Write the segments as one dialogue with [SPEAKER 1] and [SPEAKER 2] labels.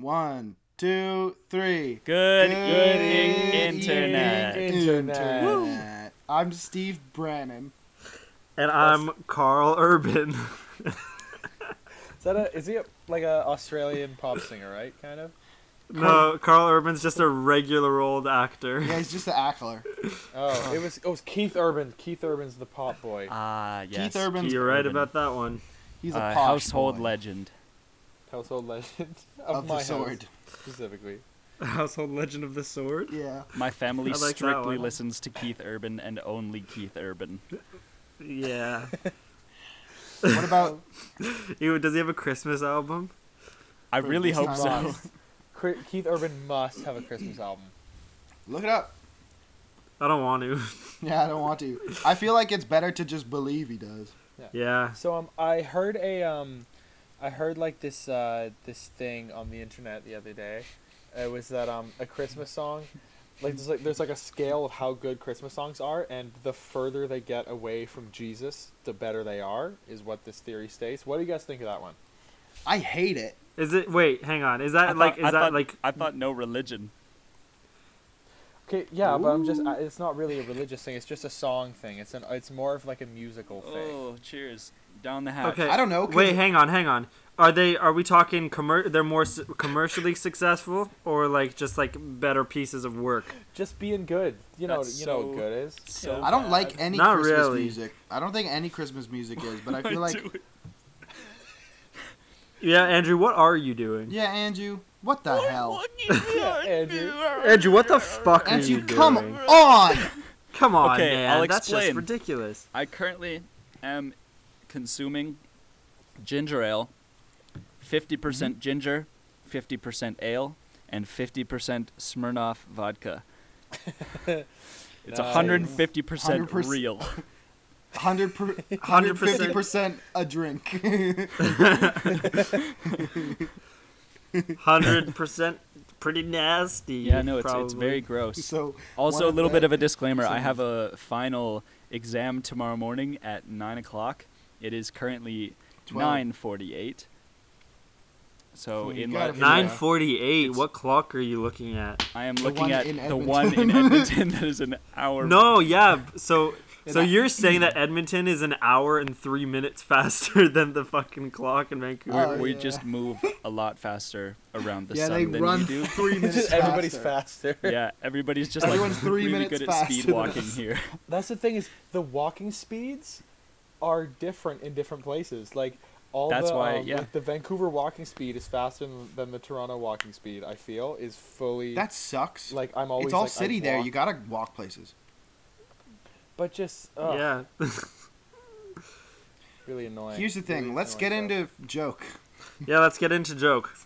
[SPEAKER 1] One, two, three.
[SPEAKER 2] Good, evening,
[SPEAKER 1] evening,
[SPEAKER 2] Internet.
[SPEAKER 3] Internet.
[SPEAKER 1] Internet. I'm Steve Brannon.
[SPEAKER 4] And I'm Carl Urban.
[SPEAKER 3] Is that a, is he a, like a Australian pop singer, right? Kind of.
[SPEAKER 4] no, Carl Urban's just a regular old actor.
[SPEAKER 1] Yeah, he's just an actor. Uh-huh.
[SPEAKER 3] Oh, it was it was Keith Urban. Keith Urban's the pop boy.
[SPEAKER 1] Uh,
[SPEAKER 2] Ah, yes.
[SPEAKER 1] Keith Urban's
[SPEAKER 4] You're right
[SPEAKER 2] Urban.
[SPEAKER 4] about that one.
[SPEAKER 1] he's a
[SPEAKER 2] Uh,
[SPEAKER 1] posh
[SPEAKER 2] household
[SPEAKER 1] boy
[SPEAKER 2] legend.
[SPEAKER 3] Household legend of,
[SPEAKER 1] of
[SPEAKER 3] my
[SPEAKER 1] the
[SPEAKER 3] house,
[SPEAKER 1] sword.
[SPEAKER 3] specifically.
[SPEAKER 4] Household Legend of the Sword.
[SPEAKER 1] Yeah.
[SPEAKER 2] My family
[SPEAKER 4] I like that
[SPEAKER 2] strictly
[SPEAKER 4] one.
[SPEAKER 2] listens to Keith Urban and only Keith Urban.
[SPEAKER 4] Yeah.
[SPEAKER 1] What about
[SPEAKER 4] Ew, does he have a Christmas album?
[SPEAKER 2] I
[SPEAKER 1] For
[SPEAKER 2] really
[SPEAKER 1] this
[SPEAKER 2] hope
[SPEAKER 1] time.
[SPEAKER 2] so.
[SPEAKER 3] Cri- Keith Urban must have a Christmas album.
[SPEAKER 1] look it up?
[SPEAKER 4] I don't want to.
[SPEAKER 1] Yeah, I don't want to. I feel like it's better to just believe he does.
[SPEAKER 4] yeah.
[SPEAKER 3] So um, I heard a um, I heard like this uh this thing on the internet the other day. It was that um a Christmas song. Like there's like there's like a scale of how good Christmas songs are, and the further they get away from Jesus, the better they are. Is what this theory states. What do you guys think of that one?
[SPEAKER 1] I hate it.
[SPEAKER 4] Is it? Wait, hang on. Is that
[SPEAKER 2] I
[SPEAKER 4] like?
[SPEAKER 2] thought-
[SPEAKER 4] Is
[SPEAKER 2] I
[SPEAKER 4] that
[SPEAKER 2] thought-
[SPEAKER 4] like?
[SPEAKER 2] I thought no religion.
[SPEAKER 3] Okay, yeah, but I'm just I, it's not really a religious thing. It's just a song thing. It's an it's more of like a musical thing.
[SPEAKER 2] Oh, cheers. Down the hatch.
[SPEAKER 4] Okay.
[SPEAKER 1] I don't know, 'cause-
[SPEAKER 4] Wait, hang on, hang on. Are they? Are we talking? Commer- they're more s- commercially successful, or like just like better pieces of work?
[SPEAKER 3] Just being good. You know,
[SPEAKER 2] That's
[SPEAKER 3] you know
[SPEAKER 2] so-
[SPEAKER 3] what good is.
[SPEAKER 2] So
[SPEAKER 1] I don't
[SPEAKER 2] bad.
[SPEAKER 1] like any
[SPEAKER 4] Not
[SPEAKER 1] Christmas
[SPEAKER 4] really.
[SPEAKER 1] music. I don't think any Christmas music is, but I feel
[SPEAKER 2] Why
[SPEAKER 1] like
[SPEAKER 2] do it?
[SPEAKER 4] Yeah, Andrew, what are you doing?
[SPEAKER 1] Yeah, Andrew, what the hell?
[SPEAKER 3] Yeah, Andrew.
[SPEAKER 4] Andrew, what the fuck are
[SPEAKER 1] Andrew,
[SPEAKER 4] you
[SPEAKER 1] come
[SPEAKER 4] doing?
[SPEAKER 1] on!
[SPEAKER 4] Come on,
[SPEAKER 2] Okay,
[SPEAKER 4] man.
[SPEAKER 2] I'll
[SPEAKER 4] That's just
[SPEAKER 2] explain.
[SPEAKER 4] ridiculous.
[SPEAKER 2] I currently am consuming ginger ale, 50%
[SPEAKER 4] Mm-hmm.
[SPEAKER 2] percent ginger, 50% ale, and 50% Smirnoff vodka. it's a
[SPEAKER 3] Nice.
[SPEAKER 2] 150%
[SPEAKER 1] 100%.
[SPEAKER 2] real.
[SPEAKER 1] 100 per, 150% a drink.
[SPEAKER 4] Hundred percent, pretty nasty.
[SPEAKER 2] Yeah, no, it's, it's
[SPEAKER 4] probably.
[SPEAKER 2] very gross.
[SPEAKER 1] so
[SPEAKER 2] Also, a
[SPEAKER 1] one
[SPEAKER 2] little bit
[SPEAKER 1] that-
[SPEAKER 2] of a disclaimer I have a final exam tomorrow morning at 9 o'clock. It is currently
[SPEAKER 1] Twelve.
[SPEAKER 2] 9.48. So,
[SPEAKER 1] Hmm, you
[SPEAKER 2] in
[SPEAKER 1] gotta
[SPEAKER 2] like
[SPEAKER 1] figure
[SPEAKER 4] Nine forty-eight. What clock are you looking at?
[SPEAKER 2] I am
[SPEAKER 1] one
[SPEAKER 2] looking at
[SPEAKER 1] in
[SPEAKER 2] the one in Edmonton that is an hour.
[SPEAKER 4] No, yeah. So,
[SPEAKER 1] And
[SPEAKER 4] so
[SPEAKER 1] I-
[SPEAKER 4] you're saying that Edmonton is an hour and three minutes faster than the fucking clock in Vancouver?
[SPEAKER 1] Oh,
[SPEAKER 2] we
[SPEAKER 1] yeah.
[SPEAKER 2] just move a lot faster around the
[SPEAKER 1] yeah,
[SPEAKER 2] sun
[SPEAKER 1] they
[SPEAKER 2] than
[SPEAKER 1] run
[SPEAKER 2] you do.
[SPEAKER 1] three minutes.
[SPEAKER 3] Just everybody's
[SPEAKER 1] faster.
[SPEAKER 3] faster.
[SPEAKER 2] Yeah, everybody's just
[SPEAKER 1] Everyone's
[SPEAKER 2] like
[SPEAKER 1] three
[SPEAKER 2] really
[SPEAKER 1] minutes
[SPEAKER 2] good at
[SPEAKER 1] faster
[SPEAKER 2] speed
[SPEAKER 1] than
[SPEAKER 2] walking
[SPEAKER 1] us.
[SPEAKER 2] here.
[SPEAKER 3] That's the thing is the walking speeds are different in different places. Like all
[SPEAKER 2] That's
[SPEAKER 3] the,
[SPEAKER 2] why-
[SPEAKER 3] um,
[SPEAKER 2] yeah.
[SPEAKER 3] like, the Vancouver walking speed is faster than, than the Toronto walking speed. I feel is fully
[SPEAKER 1] That sucks.
[SPEAKER 3] like I'm always
[SPEAKER 1] it's all
[SPEAKER 3] like, I
[SPEAKER 1] city there.
[SPEAKER 3] walk-
[SPEAKER 1] You gotta walk places.
[SPEAKER 3] but just
[SPEAKER 2] Uh,
[SPEAKER 3] ugh,
[SPEAKER 4] yeah.
[SPEAKER 3] really annoying.
[SPEAKER 1] Here's the thing.
[SPEAKER 3] Really
[SPEAKER 1] Let's
[SPEAKER 3] annoying
[SPEAKER 1] get
[SPEAKER 3] stuff.
[SPEAKER 1] into joke.
[SPEAKER 4] Yeah, let's get into joke.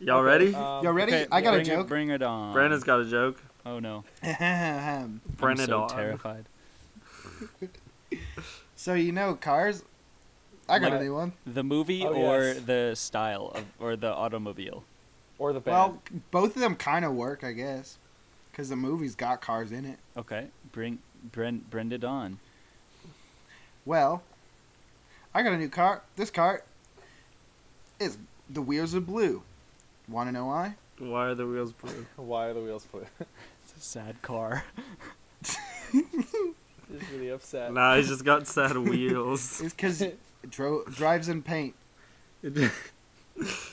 [SPEAKER 4] Y'all ready?
[SPEAKER 3] Um,
[SPEAKER 1] Y'all ready?
[SPEAKER 2] Okay,
[SPEAKER 1] I got a
[SPEAKER 2] bring
[SPEAKER 1] joke.
[SPEAKER 2] It, bring it on.
[SPEAKER 4] Brandon's got a joke.
[SPEAKER 2] Oh no,
[SPEAKER 4] Bring
[SPEAKER 2] I'm
[SPEAKER 4] it
[SPEAKER 2] so
[SPEAKER 4] on.
[SPEAKER 2] terrified.
[SPEAKER 1] so you know cars. I got
[SPEAKER 2] Like-
[SPEAKER 1] a new one.
[SPEAKER 2] The movie
[SPEAKER 3] Oh,
[SPEAKER 2] or
[SPEAKER 3] yes.
[SPEAKER 2] the style of, or the automobile.
[SPEAKER 3] or the band.
[SPEAKER 1] Well, both of them kind of work, I guess, because the movie's got cars in it.
[SPEAKER 2] Okay, bring Brend Brend it on.
[SPEAKER 1] Well, I got a new car. This car is the wheels are blue. Want to know why?
[SPEAKER 4] Why are the wheels blue?
[SPEAKER 3] Why are the wheels blue?
[SPEAKER 2] It's a sad car.
[SPEAKER 3] just really upset.
[SPEAKER 4] Nah, he's just got sad wheels.
[SPEAKER 1] It's because dro- drives in paint.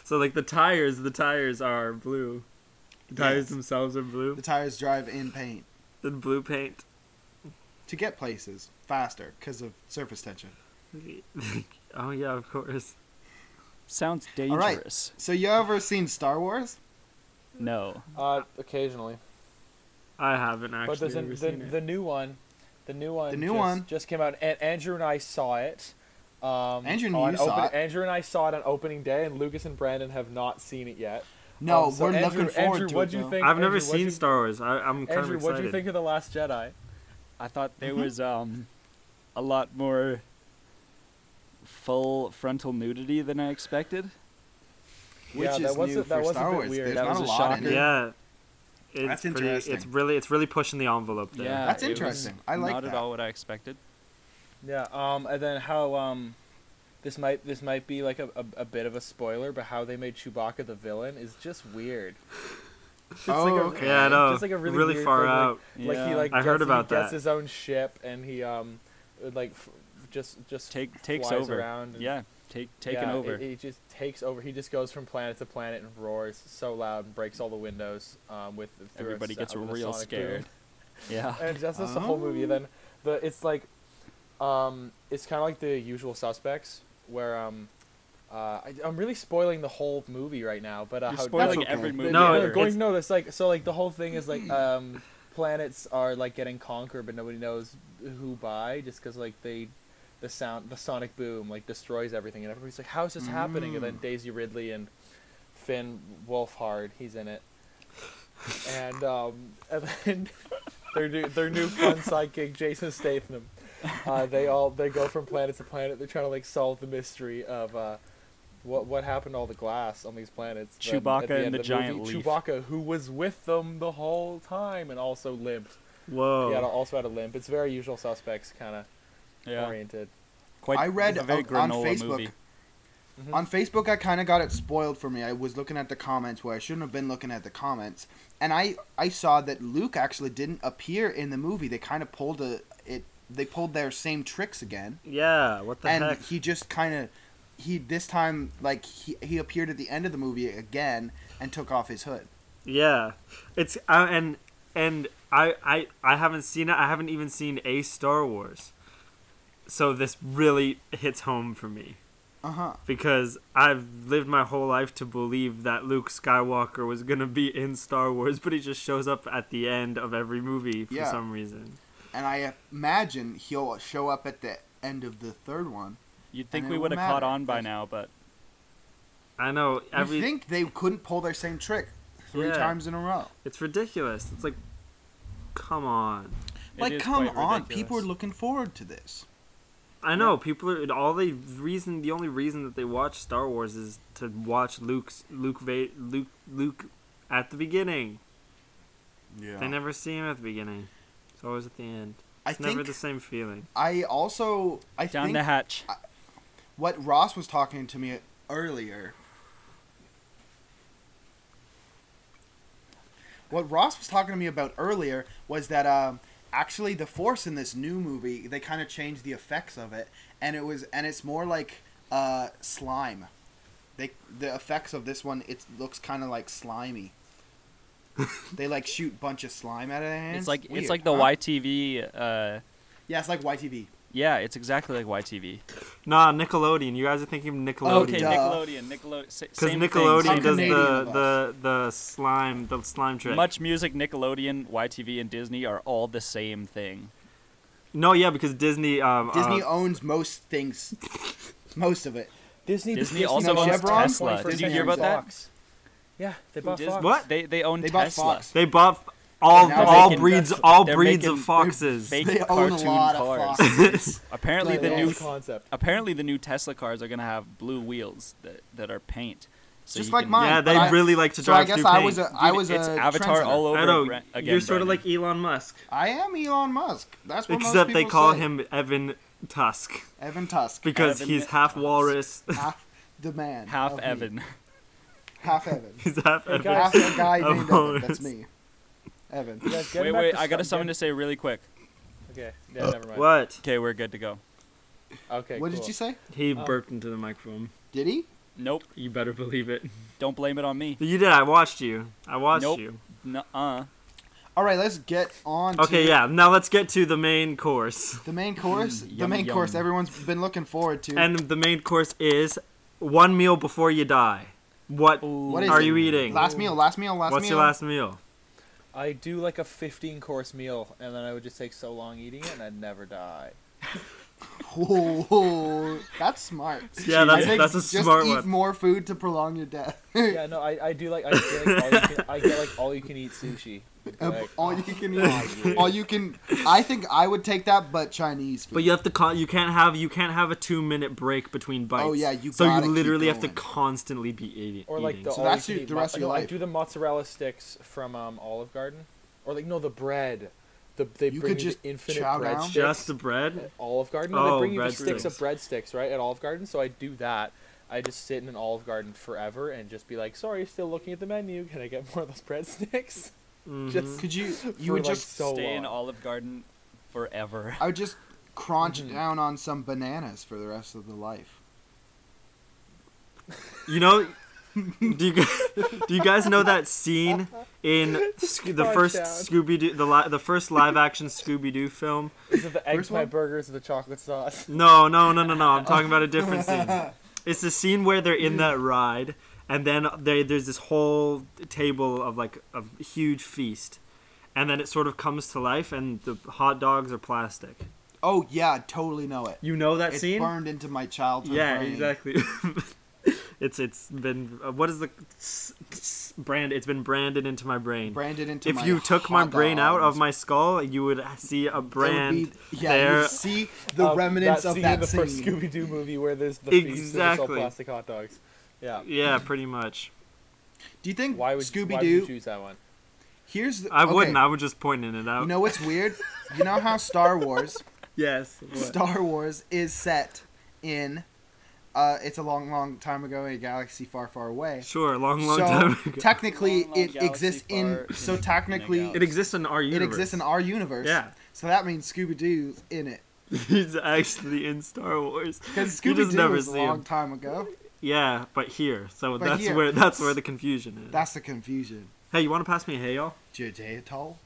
[SPEAKER 4] so like the tires, the tires are blue. The tires
[SPEAKER 1] Yes.
[SPEAKER 4] themselves are blue.
[SPEAKER 1] The tires drive in paint
[SPEAKER 4] The blue paint.
[SPEAKER 1] to get places faster because of surface tension.
[SPEAKER 4] oh yeah, of course.
[SPEAKER 2] Sounds
[SPEAKER 1] right.
[SPEAKER 2] dangerous.
[SPEAKER 1] So you ever seen Star Wars?
[SPEAKER 2] No,
[SPEAKER 3] Uh, occasionally,
[SPEAKER 4] I haven't actually
[SPEAKER 3] but there's a,
[SPEAKER 4] ever
[SPEAKER 3] the
[SPEAKER 4] seen it.
[SPEAKER 3] the new one, the new one,
[SPEAKER 1] The new
[SPEAKER 3] just,
[SPEAKER 1] one.
[SPEAKER 3] just came out, and Andrew and I saw it. Um,
[SPEAKER 1] Andrew and
[SPEAKER 3] on
[SPEAKER 1] you saw
[SPEAKER 3] open-
[SPEAKER 1] it.
[SPEAKER 3] Andrew and I saw it on opening day, and Lucas and Brandon have not seen it yet.
[SPEAKER 1] No,
[SPEAKER 3] Um, so
[SPEAKER 1] we're
[SPEAKER 3] Andrew,
[SPEAKER 1] looking forward
[SPEAKER 3] Andrew,
[SPEAKER 1] to
[SPEAKER 3] what'd
[SPEAKER 1] it.
[SPEAKER 3] you
[SPEAKER 1] though.
[SPEAKER 3] think?
[SPEAKER 4] I've never
[SPEAKER 3] Andrew, what'd
[SPEAKER 4] seen
[SPEAKER 3] you-
[SPEAKER 4] Star Wars. I, I'm kind
[SPEAKER 3] Andrew,
[SPEAKER 4] of
[SPEAKER 3] what
[SPEAKER 4] excited.
[SPEAKER 3] do you think of the Last Jedi?
[SPEAKER 2] I thought there was um, a lot more full frontal nudity than I expected.
[SPEAKER 1] Which
[SPEAKER 3] yeah, that
[SPEAKER 1] is
[SPEAKER 3] was
[SPEAKER 1] new
[SPEAKER 3] a, that
[SPEAKER 1] for
[SPEAKER 3] was a
[SPEAKER 1] Star
[SPEAKER 3] bit
[SPEAKER 1] Wars.
[SPEAKER 3] weird.
[SPEAKER 1] There's
[SPEAKER 2] That
[SPEAKER 1] not
[SPEAKER 2] was
[SPEAKER 1] a
[SPEAKER 2] a
[SPEAKER 1] lot in
[SPEAKER 2] shocker.
[SPEAKER 1] it.
[SPEAKER 4] Yeah. It's
[SPEAKER 1] That's
[SPEAKER 4] pretty, It's
[SPEAKER 1] interesting.
[SPEAKER 4] really it's really pushing the envelope there.
[SPEAKER 2] Yeah,
[SPEAKER 1] That's
[SPEAKER 2] it was
[SPEAKER 1] interesting. I like
[SPEAKER 2] not
[SPEAKER 1] that.
[SPEAKER 2] at all what I expected.
[SPEAKER 3] Yeah, um, and then how um, This might this might be like a, a, a bit of a spoiler, but how they made Chewbacca the villain is just weird. It's
[SPEAKER 1] Oh,
[SPEAKER 3] like a,
[SPEAKER 1] okay.
[SPEAKER 4] Yeah, I know.
[SPEAKER 3] Just like a really,
[SPEAKER 4] really
[SPEAKER 3] weird
[SPEAKER 4] far
[SPEAKER 3] thing, like-
[SPEAKER 4] out.
[SPEAKER 3] Like he
[SPEAKER 2] Yeah.
[SPEAKER 3] like
[SPEAKER 4] I heard
[SPEAKER 3] gets-
[SPEAKER 4] about
[SPEAKER 3] he gets
[SPEAKER 4] that.
[SPEAKER 3] his own ship and he um like f- just just
[SPEAKER 2] Take takes
[SPEAKER 3] flies
[SPEAKER 2] over.
[SPEAKER 3] around and-
[SPEAKER 2] Yeah, take taken
[SPEAKER 3] Yeah,
[SPEAKER 2] over.
[SPEAKER 3] He he just takes over. He just goes from planet to planet and roars so loud and breaks all the windows. Um, with through a
[SPEAKER 2] Everybody
[SPEAKER 3] sa-
[SPEAKER 2] gets
[SPEAKER 3] with a
[SPEAKER 2] real
[SPEAKER 3] sonic boom.
[SPEAKER 2] scared. Oh. yeah.
[SPEAKER 3] And that's just the whole movie. And then the it's like, um, it's kind of like the Usual Suspects, where um, uh, I, I'm really spoiling the whole movie right now. But uh,
[SPEAKER 2] You're
[SPEAKER 3] how
[SPEAKER 2] spoiling
[SPEAKER 1] okay.
[SPEAKER 2] every
[SPEAKER 1] No,
[SPEAKER 2] movie.
[SPEAKER 4] No,
[SPEAKER 2] ever.
[SPEAKER 4] it's-
[SPEAKER 3] going no, that's like so like the whole thing is like um, planets are like getting conquered, but nobody knows who by just because like they, the sound the sonic boom like destroys everything, and everybody's like, how's this happening? And then
[SPEAKER 1] Mm.
[SPEAKER 3] Daisy Ridley and Finn Wolfhard, he's in it, and um, and then their new their new fun sidekick Jason Statham. Uh, they all they go from planet to planet. They're trying to like solve the mystery of. Uh, what what happened to all the glass on these planets? Then at
[SPEAKER 2] Chewbacca and
[SPEAKER 3] end
[SPEAKER 2] the
[SPEAKER 3] of
[SPEAKER 2] giant
[SPEAKER 3] movie,
[SPEAKER 2] leaf.
[SPEAKER 3] Chewbacca, who was with them the whole time and also limped.
[SPEAKER 4] Whoa.
[SPEAKER 3] Yeah, also had a limp. It's very usual suspects kind of
[SPEAKER 2] yeah.
[SPEAKER 3] oriented.
[SPEAKER 2] Quite
[SPEAKER 1] I read
[SPEAKER 2] a very
[SPEAKER 1] on- on
[SPEAKER 2] granola
[SPEAKER 1] Facebook-
[SPEAKER 2] movie.
[SPEAKER 3] Mhm.
[SPEAKER 1] On Facebook, I kind of got it spoiled for me. I was looking at the comments where I shouldn't have been looking at the comments, and I I saw that Luke actually didn't appear in the movie. They kind of pulled a it. They pulled their same tricks again,
[SPEAKER 4] Yeah, what the
[SPEAKER 1] and
[SPEAKER 4] heck?
[SPEAKER 1] he just kind of he this time like he he appeared at the end of the movie again and took off his hood.
[SPEAKER 4] Yeah, it's uh, and and I I I haven't seen it. I haven't even seen a Star Wars, so this really hits home for me
[SPEAKER 1] Uh huh.
[SPEAKER 4] because I've lived my whole life to believe that Luke Skywalker was gonna be in Star Wars, but he just shows up at the end of every movie for
[SPEAKER 1] Yeah.
[SPEAKER 4] some reason.
[SPEAKER 1] And I imagine he'll show up at the end of the third one.
[SPEAKER 2] You'd think
[SPEAKER 1] it
[SPEAKER 2] we
[SPEAKER 1] won't
[SPEAKER 2] would have caught
[SPEAKER 1] matter,
[SPEAKER 2] on by
[SPEAKER 1] because-
[SPEAKER 2] now, but
[SPEAKER 4] I know
[SPEAKER 1] I
[SPEAKER 4] every
[SPEAKER 1] think they couldn't pull their same trick three
[SPEAKER 4] Yeah.
[SPEAKER 1] times in a row.
[SPEAKER 4] it's ridiculous. It's like, come on.
[SPEAKER 2] it
[SPEAKER 1] Like,
[SPEAKER 2] is
[SPEAKER 1] come
[SPEAKER 2] quite
[SPEAKER 1] on,
[SPEAKER 2] ridiculous.
[SPEAKER 1] people are looking forward to this.
[SPEAKER 4] I know people are all the reason the only reason that they watch Star Wars is to watch Luke's Luke Va- Luke Luke at the beginning.
[SPEAKER 1] Yeah.
[SPEAKER 4] They never see him at the beginning. It's always at the end.
[SPEAKER 1] I
[SPEAKER 4] It's never
[SPEAKER 1] think
[SPEAKER 4] the same feeling.
[SPEAKER 1] I also I
[SPEAKER 2] down
[SPEAKER 1] think
[SPEAKER 2] the hatch.
[SPEAKER 1] what Ross was talking to me earlier. What Ross was talking to me about earlier was that um, actually the Force in this new movie they kind of changed the effects of it, and it was and it's more like uh, slime. They the effects of this one it looks kind of like slimy. they like shoot bunch of slime out of their hands.
[SPEAKER 2] It's like
[SPEAKER 1] Weird,
[SPEAKER 2] it's like the
[SPEAKER 1] huh?
[SPEAKER 2] YTV. Uh,
[SPEAKER 1] Yeah, it's like YTV.
[SPEAKER 2] yeah, it's exactly like YTV.
[SPEAKER 4] Nah, Nickelodeon. You guys are thinking of Nickelodeon.
[SPEAKER 2] Okay,
[SPEAKER 1] Duh.
[SPEAKER 2] Nickelodeon. Nickelodeon.
[SPEAKER 4] Because
[SPEAKER 2] Because
[SPEAKER 4] Nickelodeon
[SPEAKER 1] How
[SPEAKER 4] does
[SPEAKER 1] Canadian
[SPEAKER 4] the,
[SPEAKER 1] of us.
[SPEAKER 4] the the slime the slime trick.
[SPEAKER 2] Much Music, Nickelodeon, YTV, and Disney are all the same thing.
[SPEAKER 4] no, yeah, because Disney um
[SPEAKER 1] Disney
[SPEAKER 4] uh,
[SPEAKER 1] owns most things, most of it.
[SPEAKER 3] Disney,
[SPEAKER 2] Disney also
[SPEAKER 1] owns
[SPEAKER 3] Chevron,
[SPEAKER 2] Tesla.
[SPEAKER 3] 21st
[SPEAKER 1] Did you hear
[SPEAKER 3] Century
[SPEAKER 1] about that?
[SPEAKER 3] Fox. Yeah, they bought
[SPEAKER 2] Dis-
[SPEAKER 3] Fox.
[SPEAKER 4] What?
[SPEAKER 2] They they own
[SPEAKER 1] They bought
[SPEAKER 2] Tesla.
[SPEAKER 1] Fox.
[SPEAKER 4] they bought all
[SPEAKER 1] They're
[SPEAKER 4] all
[SPEAKER 2] making-
[SPEAKER 4] breeds all
[SPEAKER 2] they're
[SPEAKER 4] breeds
[SPEAKER 2] making-
[SPEAKER 4] of foxes.
[SPEAKER 2] Fake
[SPEAKER 1] They own a
[SPEAKER 2] cartoon
[SPEAKER 1] lot of
[SPEAKER 2] cars.
[SPEAKER 1] foxes.
[SPEAKER 2] Apparently
[SPEAKER 3] Like,
[SPEAKER 2] the
[SPEAKER 3] all
[SPEAKER 2] new
[SPEAKER 3] concept.
[SPEAKER 2] apparently the new Tesla cars are gonna have blue wheels that that are paint. So
[SPEAKER 1] Just
[SPEAKER 2] you
[SPEAKER 1] like
[SPEAKER 2] can-
[SPEAKER 1] mine.
[SPEAKER 4] yeah,
[SPEAKER 1] but
[SPEAKER 4] they
[SPEAKER 1] I-
[SPEAKER 4] really like to
[SPEAKER 1] so I
[SPEAKER 4] drive
[SPEAKER 1] guess
[SPEAKER 4] through
[SPEAKER 1] I
[SPEAKER 4] paint.
[SPEAKER 1] was a
[SPEAKER 2] Dude,
[SPEAKER 1] I was
[SPEAKER 2] it's
[SPEAKER 1] a
[SPEAKER 2] Avatar
[SPEAKER 1] trendsetter.
[SPEAKER 2] all over
[SPEAKER 4] I know.
[SPEAKER 2] ra- again.
[SPEAKER 4] you're sort of
[SPEAKER 2] Brandon.
[SPEAKER 4] like Elon Musk,
[SPEAKER 1] I am Elon Musk. That's what most
[SPEAKER 4] except they
[SPEAKER 1] people
[SPEAKER 4] call
[SPEAKER 1] say.
[SPEAKER 4] him Evan Tusk
[SPEAKER 1] Evan Tusk,
[SPEAKER 4] because
[SPEAKER 2] Evan
[SPEAKER 4] he's half
[SPEAKER 2] Tusk.
[SPEAKER 4] walrus.
[SPEAKER 1] half the man,
[SPEAKER 2] half
[SPEAKER 1] of me.
[SPEAKER 2] Evan.
[SPEAKER 1] half Evan,
[SPEAKER 4] he's half
[SPEAKER 3] Hey,
[SPEAKER 4] Evan.
[SPEAKER 3] guys.
[SPEAKER 1] half a guy
[SPEAKER 4] Of
[SPEAKER 1] named Evan.
[SPEAKER 4] course.
[SPEAKER 1] That's me, Evan.
[SPEAKER 3] You guys,
[SPEAKER 2] Wait,
[SPEAKER 3] getting back
[SPEAKER 2] wait,
[SPEAKER 3] to
[SPEAKER 2] I got
[SPEAKER 3] Star-
[SPEAKER 2] something to say really quick.
[SPEAKER 3] Okay, yeah, never mind.
[SPEAKER 4] What?
[SPEAKER 2] Okay, we're good to go.
[SPEAKER 3] Okay,
[SPEAKER 1] what
[SPEAKER 3] cool.
[SPEAKER 1] did you say?
[SPEAKER 4] He
[SPEAKER 3] Oh.
[SPEAKER 4] burped into the microphone.
[SPEAKER 1] Did he?
[SPEAKER 2] Nope,
[SPEAKER 4] You better believe it.
[SPEAKER 2] don't blame it on me.
[SPEAKER 4] You did. I watched you. I watched
[SPEAKER 2] Nope.
[SPEAKER 4] you.
[SPEAKER 2] Nuh-uh.
[SPEAKER 1] All right, let's get on.
[SPEAKER 4] Okay,
[SPEAKER 1] to
[SPEAKER 4] yeah. Now let's get to the main course,
[SPEAKER 1] The main course,
[SPEAKER 2] Mm,
[SPEAKER 1] the
[SPEAKER 2] yum,
[SPEAKER 1] main
[SPEAKER 2] yum.
[SPEAKER 1] course. Everyone's been looking forward to.
[SPEAKER 4] and the main course is one meal before you die. What
[SPEAKER 1] What is
[SPEAKER 4] are
[SPEAKER 1] it?
[SPEAKER 4] you eating?
[SPEAKER 1] last meal, last meal, last
[SPEAKER 4] What's
[SPEAKER 1] meal.
[SPEAKER 4] your last meal?
[SPEAKER 3] I do like a 15 course meal, and then I would just take so long eating it, and I'd never die.
[SPEAKER 1] Whoa, that's smart.
[SPEAKER 4] Yeah,
[SPEAKER 1] I
[SPEAKER 4] that's
[SPEAKER 1] think
[SPEAKER 4] that's a
[SPEAKER 1] just
[SPEAKER 4] smart
[SPEAKER 1] eat
[SPEAKER 4] one.
[SPEAKER 1] more food to prolong your death.
[SPEAKER 3] Yeah, no, I, I do like I get like all you can, I get like all you can eat sushi.
[SPEAKER 1] Um,
[SPEAKER 3] Like,
[SPEAKER 1] all you can eat. all you can. I think I would take that, but Chinese food.
[SPEAKER 4] But you have to con- you can't have you can't have a two minute break between bites.
[SPEAKER 1] Oh, yeah, you
[SPEAKER 4] so you
[SPEAKER 1] gotta keep
[SPEAKER 4] literally have to
[SPEAKER 1] going.
[SPEAKER 4] constantly be eating.
[SPEAKER 3] or like
[SPEAKER 4] eating.
[SPEAKER 3] the
[SPEAKER 1] So
[SPEAKER 3] all
[SPEAKER 1] that's
[SPEAKER 3] you
[SPEAKER 1] your-
[SPEAKER 3] can eat
[SPEAKER 1] the
[SPEAKER 3] mo-
[SPEAKER 1] rest of your
[SPEAKER 3] like, I
[SPEAKER 1] life.
[SPEAKER 3] do the mozzarella sticks from um, Olive Garden, or like no the bread, the, they
[SPEAKER 1] You
[SPEAKER 3] bring
[SPEAKER 1] could
[SPEAKER 3] you
[SPEAKER 1] just
[SPEAKER 3] the infinite
[SPEAKER 1] chow down.
[SPEAKER 3] breadsticks
[SPEAKER 4] Just the bread.
[SPEAKER 3] at Olive Garden. No,
[SPEAKER 4] Oh,
[SPEAKER 3] they bring you the
[SPEAKER 4] bread
[SPEAKER 3] sticks of breadsticks, right, at Olive Garden. So I do that. I just sit in an Olive Garden forever and just be like, "Sorry, still looking at the menu. Can I get more of those breadsticks?"
[SPEAKER 4] Mhm.
[SPEAKER 1] Could you? You
[SPEAKER 3] For,
[SPEAKER 1] would
[SPEAKER 3] like,
[SPEAKER 1] just.
[SPEAKER 3] so
[SPEAKER 2] Stay in
[SPEAKER 1] uh,
[SPEAKER 3] long.
[SPEAKER 2] Olive Garden forever.
[SPEAKER 1] I would just crunch
[SPEAKER 3] Mhm.
[SPEAKER 1] down on some bananas for the rest of the life.
[SPEAKER 4] You know, do you guys, do you guys know that scene in Sco- the
[SPEAKER 3] Crouch
[SPEAKER 4] first
[SPEAKER 3] down.
[SPEAKER 4] Scooby Doo the li- the first live action Scooby Doo film?
[SPEAKER 3] Is it the egg
[SPEAKER 1] First
[SPEAKER 3] pie
[SPEAKER 1] one?
[SPEAKER 3] burgers or the chocolate sauce?
[SPEAKER 4] No, no, no, no, no. I'm talking about a different scene. It's the scene where they're in that ride, and then they, there's this whole table of like a huge feast, and then it sort of comes to life, and the hot dogs are plastic.
[SPEAKER 1] Oh yeah, I totally know it.
[SPEAKER 4] You know that
[SPEAKER 1] It's
[SPEAKER 4] scene?
[SPEAKER 1] burned into my childhood.
[SPEAKER 4] Yeah,
[SPEAKER 1] brain.
[SPEAKER 4] exactly. it's it's been uh, what is the s- s- brand? It's been branded into my brain.
[SPEAKER 1] Branded into
[SPEAKER 4] if
[SPEAKER 1] my
[SPEAKER 4] you took my
[SPEAKER 1] hot
[SPEAKER 4] brain out
[SPEAKER 1] dogs.
[SPEAKER 4] of my skull, you would see a
[SPEAKER 1] It would
[SPEAKER 4] brand
[SPEAKER 1] be, yeah,
[SPEAKER 4] there.
[SPEAKER 1] You see the
[SPEAKER 3] Um,
[SPEAKER 1] remnants
[SPEAKER 3] that
[SPEAKER 1] of
[SPEAKER 3] scene in
[SPEAKER 1] that
[SPEAKER 3] the
[SPEAKER 1] scene.
[SPEAKER 3] first Scooby Doo movie where there's the feast and it's all
[SPEAKER 4] Exactly.
[SPEAKER 3] plastic hot dogs. Yeah.
[SPEAKER 4] Yeah, pretty much.
[SPEAKER 1] Do you think
[SPEAKER 3] Why would
[SPEAKER 1] Scooby
[SPEAKER 3] why would you
[SPEAKER 1] Doo?
[SPEAKER 3] choose that one?
[SPEAKER 1] Here's the,
[SPEAKER 4] I
[SPEAKER 1] okay,
[SPEAKER 4] wouldn't. I would just pointing it out.
[SPEAKER 1] You know what's weird? you know how Star Wars
[SPEAKER 4] yes.
[SPEAKER 1] Star Wars is set in uh, it's a long, long time ago in a galaxy far, far away.
[SPEAKER 4] Sure. Long, long
[SPEAKER 1] so
[SPEAKER 4] time ago.
[SPEAKER 1] technically,
[SPEAKER 2] Long, long
[SPEAKER 1] it
[SPEAKER 2] galaxy
[SPEAKER 1] exists in.
[SPEAKER 2] far
[SPEAKER 1] So
[SPEAKER 2] in a
[SPEAKER 1] technically,
[SPEAKER 2] galaxy.
[SPEAKER 4] it exists in our
[SPEAKER 1] it
[SPEAKER 4] universe.
[SPEAKER 1] exists in our universe.
[SPEAKER 4] Yeah.
[SPEAKER 1] So that means Scooby Doo's in it.
[SPEAKER 4] He's actually in Star Wars.
[SPEAKER 1] Because
[SPEAKER 4] You
[SPEAKER 1] Scooby
[SPEAKER 4] just
[SPEAKER 1] Doo
[SPEAKER 4] never
[SPEAKER 1] was a
[SPEAKER 4] see
[SPEAKER 1] long
[SPEAKER 4] him.
[SPEAKER 1] time ago.
[SPEAKER 4] Yeah, but here. So
[SPEAKER 1] But
[SPEAKER 4] that's
[SPEAKER 1] here.
[SPEAKER 4] where that's where the confusion is.
[SPEAKER 1] That's the confusion.
[SPEAKER 4] Hey, you want to pass me a hey, y'all?
[SPEAKER 1] Jediatol?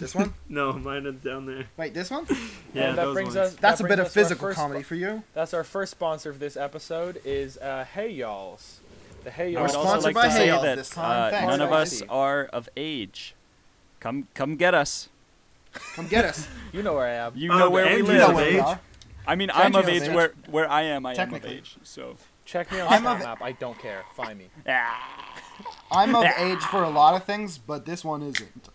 [SPEAKER 1] This one?
[SPEAKER 4] No, mine is down there.
[SPEAKER 1] Wait, this one?
[SPEAKER 4] Yeah,
[SPEAKER 3] that
[SPEAKER 4] those
[SPEAKER 3] brings
[SPEAKER 4] ones.
[SPEAKER 3] us. that
[SPEAKER 1] That's a
[SPEAKER 3] brings
[SPEAKER 1] bit of
[SPEAKER 3] us to our
[SPEAKER 1] physical
[SPEAKER 3] first
[SPEAKER 1] comedy for you.
[SPEAKER 3] That's our first sponsor for this episode is uh, Hey Y'all's. The Hey
[SPEAKER 2] I
[SPEAKER 1] We're
[SPEAKER 2] would
[SPEAKER 3] Y'all's.
[SPEAKER 2] also
[SPEAKER 1] sponsored
[SPEAKER 2] like
[SPEAKER 1] by
[SPEAKER 2] to say
[SPEAKER 1] Hales
[SPEAKER 2] that
[SPEAKER 1] this time.
[SPEAKER 2] uh,
[SPEAKER 1] Thanks,
[SPEAKER 2] none of us
[SPEAKER 1] Alexi.
[SPEAKER 2] are of age. Come, come get us.
[SPEAKER 1] Come get us.
[SPEAKER 3] You know where I am.
[SPEAKER 2] You
[SPEAKER 4] Oh,
[SPEAKER 2] know
[SPEAKER 4] the
[SPEAKER 2] where we
[SPEAKER 4] Andrew's
[SPEAKER 1] You know
[SPEAKER 4] of
[SPEAKER 2] live.
[SPEAKER 1] where we
[SPEAKER 4] age?
[SPEAKER 1] are.
[SPEAKER 2] I mean,
[SPEAKER 1] Andrew
[SPEAKER 2] I'm of
[SPEAKER 1] knows
[SPEAKER 2] age
[SPEAKER 1] Andrew.
[SPEAKER 2] where where I am. I am of
[SPEAKER 1] Technically.
[SPEAKER 2] age. So
[SPEAKER 3] Check me on
[SPEAKER 1] I'm
[SPEAKER 3] Stat
[SPEAKER 1] a-
[SPEAKER 3] Map. I don't care. Find me.
[SPEAKER 2] Ah.
[SPEAKER 1] I'm of age for a lot of things, but this one isn't.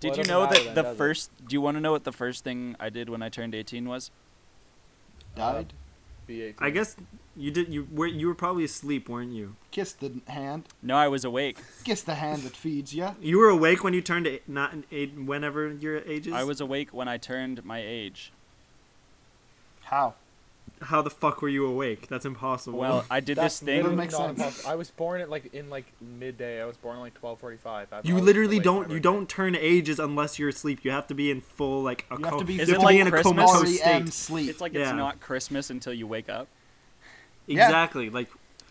[SPEAKER 2] Did
[SPEAKER 3] it
[SPEAKER 2] you
[SPEAKER 3] doesn't
[SPEAKER 2] know
[SPEAKER 3] matter
[SPEAKER 2] that
[SPEAKER 3] then,
[SPEAKER 2] the
[SPEAKER 3] does it?
[SPEAKER 2] first? Do you want to know what the first thing I did when I turned 18 was?
[SPEAKER 4] Uh,
[SPEAKER 1] Died.
[SPEAKER 3] B18.
[SPEAKER 4] I guess you did. You were you were probably asleep, weren't you?
[SPEAKER 1] Kiss the hand.
[SPEAKER 2] No, I was awake.
[SPEAKER 1] Kiss the hand that feeds you.
[SPEAKER 4] You were awake when you turned eight, not an eight, whenever your age is.
[SPEAKER 2] I was awake when I turned my age.
[SPEAKER 1] How?
[SPEAKER 4] How the fuck were you awake? That's impossible.
[SPEAKER 2] Well, I did
[SPEAKER 3] That's
[SPEAKER 2] this
[SPEAKER 3] literally
[SPEAKER 1] Doesn't
[SPEAKER 2] thing.
[SPEAKER 1] make
[SPEAKER 3] not
[SPEAKER 1] sense.
[SPEAKER 3] impossible. I was born at like in like midday. I was born at like 12:45. I- I
[SPEAKER 4] you
[SPEAKER 3] was
[SPEAKER 4] literally
[SPEAKER 3] awake
[SPEAKER 4] don't.
[SPEAKER 3] when I
[SPEAKER 4] You
[SPEAKER 3] was
[SPEAKER 4] don't turn ages unless you're asleep. You have to be in full like a
[SPEAKER 1] You have to be
[SPEAKER 4] you
[SPEAKER 1] Is
[SPEAKER 4] have
[SPEAKER 2] it
[SPEAKER 4] to
[SPEAKER 2] like
[SPEAKER 4] be in a
[SPEAKER 2] Christmas?
[SPEAKER 4] comatose
[SPEAKER 1] R E M
[SPEAKER 4] state.
[SPEAKER 1] sleep.
[SPEAKER 2] It's like
[SPEAKER 4] Yeah.
[SPEAKER 2] it's not Christmas until you wake up.
[SPEAKER 1] Yeah.
[SPEAKER 4] Exactly. Like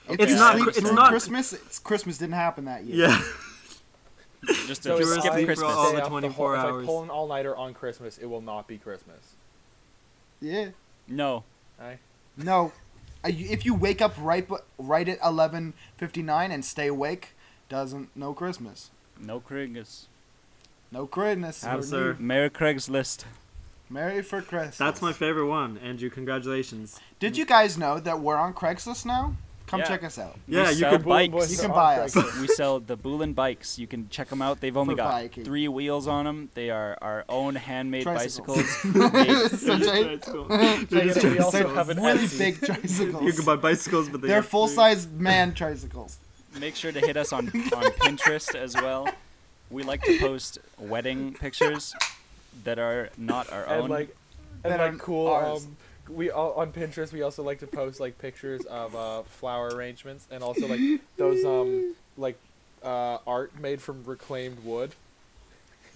[SPEAKER 1] If
[SPEAKER 4] It's
[SPEAKER 1] you
[SPEAKER 4] not
[SPEAKER 1] sleep
[SPEAKER 4] cr- it's
[SPEAKER 1] through
[SPEAKER 4] not-
[SPEAKER 1] Christmas. It's Christmas didn't happen that year.
[SPEAKER 4] yeah.
[SPEAKER 2] Just
[SPEAKER 3] So
[SPEAKER 2] to
[SPEAKER 4] if you were
[SPEAKER 3] if
[SPEAKER 2] skip
[SPEAKER 3] I
[SPEAKER 4] asleep for
[SPEAKER 2] Christmas.
[SPEAKER 4] all
[SPEAKER 3] stay
[SPEAKER 4] the
[SPEAKER 3] up whole-
[SPEAKER 4] 24
[SPEAKER 3] If I
[SPEAKER 4] hours.
[SPEAKER 3] pull an all-nighter on Christmas, it will not be Christmas.
[SPEAKER 1] Yeah.
[SPEAKER 2] No,
[SPEAKER 3] Aye?
[SPEAKER 1] No. Uh, you- If you wake up right, bu- right at eleven fifty nine and stay awake, doesn't no Christmas.
[SPEAKER 2] no Kringus.
[SPEAKER 1] No Christmas.
[SPEAKER 4] Have, sir.
[SPEAKER 2] Merry Craigslist.
[SPEAKER 1] Merry for Christmas.
[SPEAKER 4] That's my favorite one, Andrew. Congratulations.
[SPEAKER 1] Did you guys know that we're on Craigslist now? Come
[SPEAKER 2] Yeah.
[SPEAKER 1] check us out.
[SPEAKER 2] We
[SPEAKER 4] Yeah, you
[SPEAKER 2] sell
[SPEAKER 4] could-
[SPEAKER 3] Boom
[SPEAKER 2] bikes.
[SPEAKER 3] boys
[SPEAKER 1] You
[SPEAKER 3] are
[SPEAKER 1] can
[SPEAKER 3] on
[SPEAKER 1] buy us.
[SPEAKER 3] Craigslist.
[SPEAKER 2] we sell the Boolin bikes. You can check them out. They've only
[SPEAKER 1] For
[SPEAKER 2] got
[SPEAKER 1] biking.
[SPEAKER 2] three wheels on them. They are our own handmade
[SPEAKER 1] Tricycles.
[SPEAKER 2] bicycles. Made-
[SPEAKER 1] So Jay-
[SPEAKER 4] That's cool.
[SPEAKER 3] Check it out, We also
[SPEAKER 1] They're
[SPEAKER 3] have an
[SPEAKER 1] really
[SPEAKER 3] Etsy.
[SPEAKER 1] big
[SPEAKER 4] you can
[SPEAKER 1] tricycles.
[SPEAKER 4] buy bicycles, but they
[SPEAKER 1] They're
[SPEAKER 4] have
[SPEAKER 1] full
[SPEAKER 4] three.
[SPEAKER 1] size man tricycles.
[SPEAKER 2] make sure to hit us on, on Pinterest as well. We like to post wedding pictures that are not our
[SPEAKER 3] and
[SPEAKER 2] own.
[SPEAKER 3] like
[SPEAKER 1] That
[SPEAKER 3] and
[SPEAKER 1] are
[SPEAKER 3] like cool
[SPEAKER 1] ours.
[SPEAKER 3] um we all on Pinterest we also like to post like pictures of uh flower arrangements and also like those um like uh art made from reclaimed wood.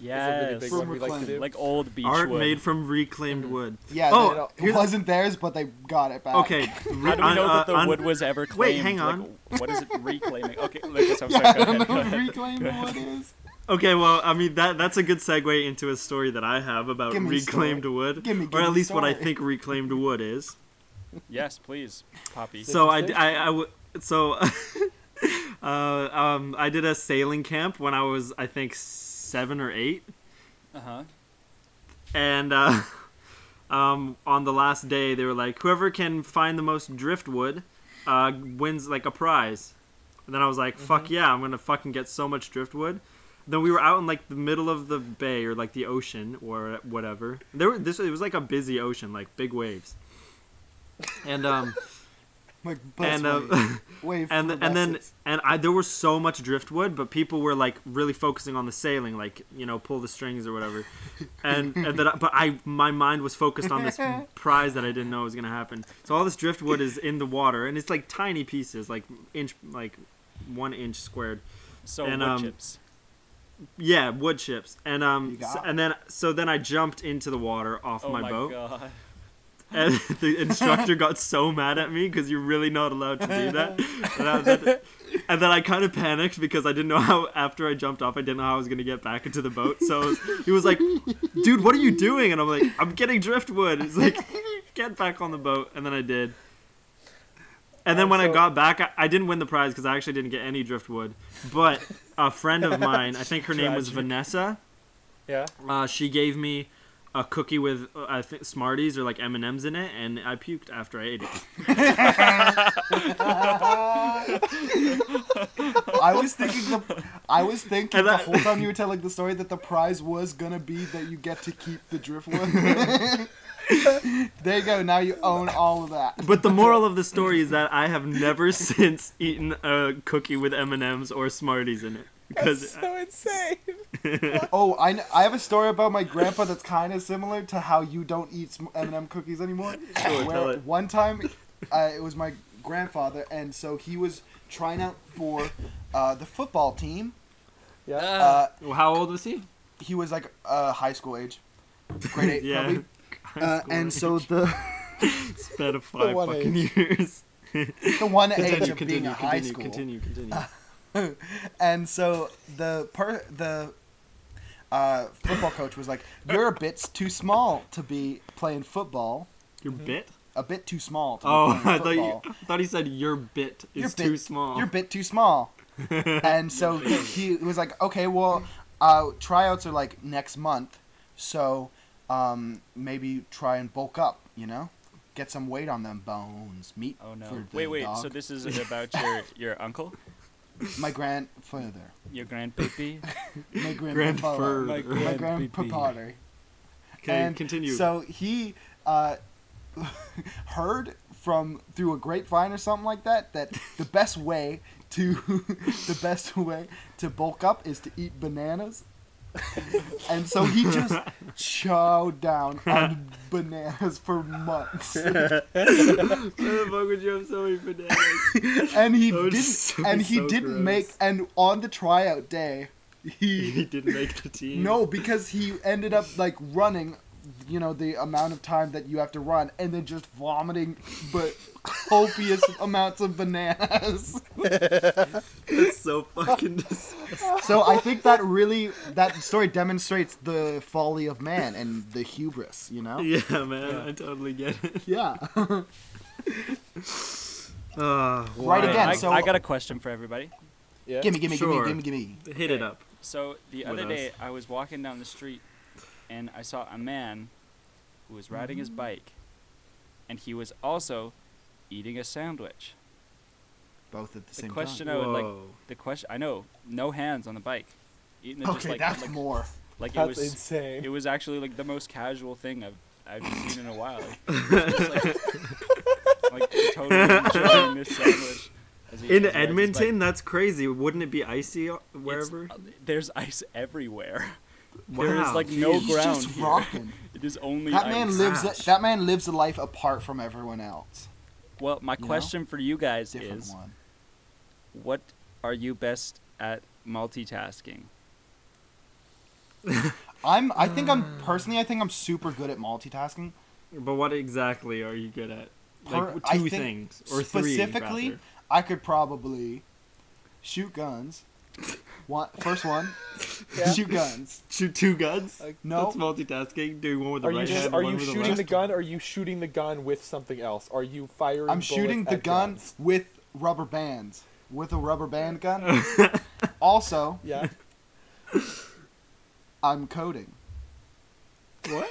[SPEAKER 3] That's a really
[SPEAKER 2] yes,
[SPEAKER 3] big
[SPEAKER 1] From
[SPEAKER 3] one we like to
[SPEAKER 1] reclaimed.
[SPEAKER 3] do.
[SPEAKER 2] like old beechwood.
[SPEAKER 4] Art made from
[SPEAKER 1] Mm-hmm.
[SPEAKER 4] reclaimed wood.
[SPEAKER 1] Yeah,
[SPEAKER 4] Oh,
[SPEAKER 1] they- it
[SPEAKER 4] here's-
[SPEAKER 1] wasn't theirs, but they got it back.
[SPEAKER 4] Okay.
[SPEAKER 2] How do we know that the wood was ever
[SPEAKER 4] uh,
[SPEAKER 2] claimed?
[SPEAKER 4] wait, hang
[SPEAKER 2] Like, what is it reclaiming? Okay, Lucas, I'm
[SPEAKER 1] Yeah,
[SPEAKER 2] sorry.
[SPEAKER 1] I
[SPEAKER 2] Go
[SPEAKER 1] don't
[SPEAKER 2] ahead.
[SPEAKER 1] know what reclaimed wood is.
[SPEAKER 4] Okay, well, I mean that that's a good segue into a story that I have about
[SPEAKER 1] Give me a story.
[SPEAKER 4] reclaimed wood,
[SPEAKER 1] Give me- give
[SPEAKER 4] or
[SPEAKER 1] me
[SPEAKER 4] at
[SPEAKER 1] a
[SPEAKER 4] least what I
[SPEAKER 1] story.
[SPEAKER 4] think reclaimed wood is.
[SPEAKER 2] yes, please, Poppy.
[SPEAKER 4] So I,
[SPEAKER 3] Interesting.
[SPEAKER 4] I, I w- so uh, um, I did a sailing camp when I was I think seven or eight,
[SPEAKER 2] uh huh.
[SPEAKER 4] and uh, um, on the last day they were like, whoever can find the most driftwood uh, wins like a prize. And then I was like, fuck yeah, I'm gonna fucking get so much driftwood. Then we were out in like the middle of the bay or like the ocean or whatever. There were this it was like a busy ocean, like big waves. And um
[SPEAKER 1] Like bus
[SPEAKER 4] and
[SPEAKER 1] wave.
[SPEAKER 4] uh,
[SPEAKER 1] wave
[SPEAKER 4] and
[SPEAKER 1] for
[SPEAKER 4] and then
[SPEAKER 1] buses.
[SPEAKER 4] and I there was so much driftwood, but people were like really focusing on the sailing, like you know, pull the strings or whatever. And, and that, I- but I my mind was focused on this prize that I didn't know was gonna happen. So all this driftwood is in the water, and it's like tiny pieces, like inch, like one inch squared.
[SPEAKER 2] So
[SPEAKER 4] And,
[SPEAKER 2] wood
[SPEAKER 4] um,
[SPEAKER 2] chips.
[SPEAKER 4] Yeah, wood chips. And um,
[SPEAKER 1] You got
[SPEAKER 4] so-
[SPEAKER 1] it.
[SPEAKER 4] and then so then I jumped into the water off
[SPEAKER 2] Oh
[SPEAKER 4] my,
[SPEAKER 2] my
[SPEAKER 4] boat,
[SPEAKER 2] god.
[SPEAKER 4] and the instructor got so mad at me because you're really not allowed to do that. And, I, that- and then I kind of panicked because I didn't know how. After I jumped off, I didn't know how I was gonna get back into the boat. So he was like, "Dude, what are you doing?" And I'm like, "I'm getting driftwood." It's like, "Get back on the boat," and then I did. And then
[SPEAKER 3] Uh,
[SPEAKER 4] when I
[SPEAKER 3] so-
[SPEAKER 4] got back, I, I didn't win the prize because I actually didn't get any driftwood. But a friend of mine, I think her name was
[SPEAKER 2] Tragic.
[SPEAKER 4] Vanessa.
[SPEAKER 3] Yeah.
[SPEAKER 4] Uh, she gave me a cookie with uh, I think Smarties or like M and M's in it, and I puked after I ate it.
[SPEAKER 1] I was thinking the I was thinking
[SPEAKER 4] And
[SPEAKER 1] the
[SPEAKER 4] I-
[SPEAKER 1] whole time you were telling the story that the prize was gonna be that you get to keep the driftwood. there you go. Now you own all of that.
[SPEAKER 4] But the moral of the story is that I have never since eaten a cookie with M and M's or Smarties in it because
[SPEAKER 3] That's so insane.
[SPEAKER 1] Oh, I, kn- I have a story about my grandpa that's kind of similar to how you don't eat sm- M&M cookies anymore.
[SPEAKER 4] Sure, tell it.
[SPEAKER 1] One time, uh, it was my grandfather, and so he was trying out for uh, the football team.
[SPEAKER 3] Yeah.
[SPEAKER 1] Uh,
[SPEAKER 4] Well, how old was he?
[SPEAKER 1] he was like uh, high school age, grade eight
[SPEAKER 4] Yeah,
[SPEAKER 1] probably. Uh, and so the
[SPEAKER 4] it's been a five
[SPEAKER 3] one
[SPEAKER 4] fucking years.
[SPEAKER 1] the one age
[SPEAKER 4] Continue,
[SPEAKER 1] of being
[SPEAKER 4] continue,
[SPEAKER 1] a high
[SPEAKER 4] continue,
[SPEAKER 1] school.
[SPEAKER 4] continue, continue.
[SPEAKER 1] and so the per the uh, football coach was like, "You're a bit too small to be playing football.
[SPEAKER 4] Your bit?
[SPEAKER 1] A bit too small to be
[SPEAKER 4] Oh,
[SPEAKER 1] playing
[SPEAKER 4] I thought
[SPEAKER 1] Mm-hmm. football.
[SPEAKER 4] you I thought he said your bit
[SPEAKER 1] Your
[SPEAKER 4] is
[SPEAKER 1] bit-
[SPEAKER 4] too small.
[SPEAKER 1] You're a bit too small." and so he was like, "Okay, well, uh, tryouts are like next month, so um, maybe try and bulk up. You know, get some weight on them bones, meat.
[SPEAKER 2] Oh
[SPEAKER 1] for
[SPEAKER 2] no.
[SPEAKER 1] the
[SPEAKER 2] Wait, wait.
[SPEAKER 1] dog.
[SPEAKER 2] So this is about your your uncle,
[SPEAKER 1] my grandfather,
[SPEAKER 2] your grandpappy.
[SPEAKER 1] my
[SPEAKER 4] Grandfur.
[SPEAKER 1] grandfather,
[SPEAKER 2] My
[SPEAKER 1] my
[SPEAKER 2] grandpappy.
[SPEAKER 1] grandpapa."
[SPEAKER 4] Okay,
[SPEAKER 1] And
[SPEAKER 4] continue.
[SPEAKER 1] So he uh, heard from through a grapevine or something like that that the best way to the best way to bulk up is to eat bananas. and so he just chowed down on bananas for months,
[SPEAKER 4] Why the fuck would you have so many bananas?
[SPEAKER 1] and he
[SPEAKER 4] That would
[SPEAKER 1] didn't,
[SPEAKER 4] so be
[SPEAKER 1] and he
[SPEAKER 4] so
[SPEAKER 1] didn't
[SPEAKER 4] gross.
[SPEAKER 1] make. And on the tryout day, he
[SPEAKER 4] he didn't make the team.
[SPEAKER 1] No, because he ended up like running, you know, the amount of time that you have to run, and then just vomiting, but copious amounts of bananas.
[SPEAKER 4] That's so fucking disgusting.
[SPEAKER 1] So I think that really that story demonstrates the folly of man and the hubris. You know?
[SPEAKER 4] Yeah, man, I totally get it.
[SPEAKER 1] Yeah.
[SPEAKER 4] Uh,
[SPEAKER 1] Right again,
[SPEAKER 2] I,
[SPEAKER 1] so-
[SPEAKER 2] I got a question for everybody.
[SPEAKER 3] yeah.
[SPEAKER 1] gimme, gimme,
[SPEAKER 4] Sure.
[SPEAKER 1] gimme, gimme, gimme.
[SPEAKER 4] Hit it up.
[SPEAKER 2] So the
[SPEAKER 4] With
[SPEAKER 2] other
[SPEAKER 4] us.
[SPEAKER 2] day, I was walking down the street, and I saw a man who was riding
[SPEAKER 1] Mm-hmm.
[SPEAKER 2] his bike, and he was also eating a sandwich.
[SPEAKER 1] Both at the
[SPEAKER 2] The
[SPEAKER 1] same
[SPEAKER 2] question
[SPEAKER 1] time.
[SPEAKER 2] I would like,
[SPEAKER 4] Whoa.
[SPEAKER 2] the question I know, no hands on the bike, eating it just
[SPEAKER 1] Okay,
[SPEAKER 2] like
[SPEAKER 1] that's
[SPEAKER 2] like,
[SPEAKER 1] more.
[SPEAKER 2] like it
[SPEAKER 3] That's
[SPEAKER 2] was
[SPEAKER 3] insane.
[SPEAKER 2] it was actually like the most casual thing I've I've seen in a while. Like, just, like, like totally enjoying this sandwich. as he-
[SPEAKER 4] In
[SPEAKER 2] as he rides his bike.
[SPEAKER 4] Edmonton, that's crazy. Wouldn't it be icy o-
[SPEAKER 2] It's-
[SPEAKER 4] wherever?
[SPEAKER 2] uh, there's ice everywhere.
[SPEAKER 4] Wow.
[SPEAKER 2] There is like no
[SPEAKER 1] He's
[SPEAKER 2] ground.
[SPEAKER 1] just
[SPEAKER 2] here.
[SPEAKER 1] rocking.
[SPEAKER 2] It is only
[SPEAKER 1] That
[SPEAKER 2] ice.
[SPEAKER 1] man lives.
[SPEAKER 4] Gosh.
[SPEAKER 1] That man lives a life apart from everyone else.
[SPEAKER 2] Well, my
[SPEAKER 1] know?
[SPEAKER 2] question for you guys
[SPEAKER 1] Different
[SPEAKER 2] is
[SPEAKER 1] one.
[SPEAKER 2] what are you best at multitasking?
[SPEAKER 1] I'm. I think I'm personally. I think I'm super good at multitasking.
[SPEAKER 4] But what exactly are you good at?
[SPEAKER 1] Per-
[SPEAKER 4] Like
[SPEAKER 1] I
[SPEAKER 4] two
[SPEAKER 1] think
[SPEAKER 4] things or three.
[SPEAKER 1] specifically
[SPEAKER 4] rather.
[SPEAKER 1] i could probably shoot guns one, first one
[SPEAKER 3] Yeah.
[SPEAKER 1] shoot guns
[SPEAKER 4] shoot two guns.
[SPEAKER 2] Uh,
[SPEAKER 3] Like,
[SPEAKER 1] no.
[SPEAKER 4] that's multitasking. Do one with the
[SPEAKER 3] Are you
[SPEAKER 4] right
[SPEAKER 3] just
[SPEAKER 4] hand,
[SPEAKER 3] are
[SPEAKER 4] one
[SPEAKER 3] you
[SPEAKER 4] with
[SPEAKER 3] shooting
[SPEAKER 4] the,
[SPEAKER 3] the
[SPEAKER 4] left.
[SPEAKER 3] gun? Or are you shooting the gun with something else? Are you firing?
[SPEAKER 1] i'm shooting
[SPEAKER 3] bullets
[SPEAKER 1] the
[SPEAKER 3] at
[SPEAKER 1] gun
[SPEAKER 3] guns?
[SPEAKER 1] with rubber bands with a rubber band gun also
[SPEAKER 3] Yeah.
[SPEAKER 1] i'm coding
[SPEAKER 4] What?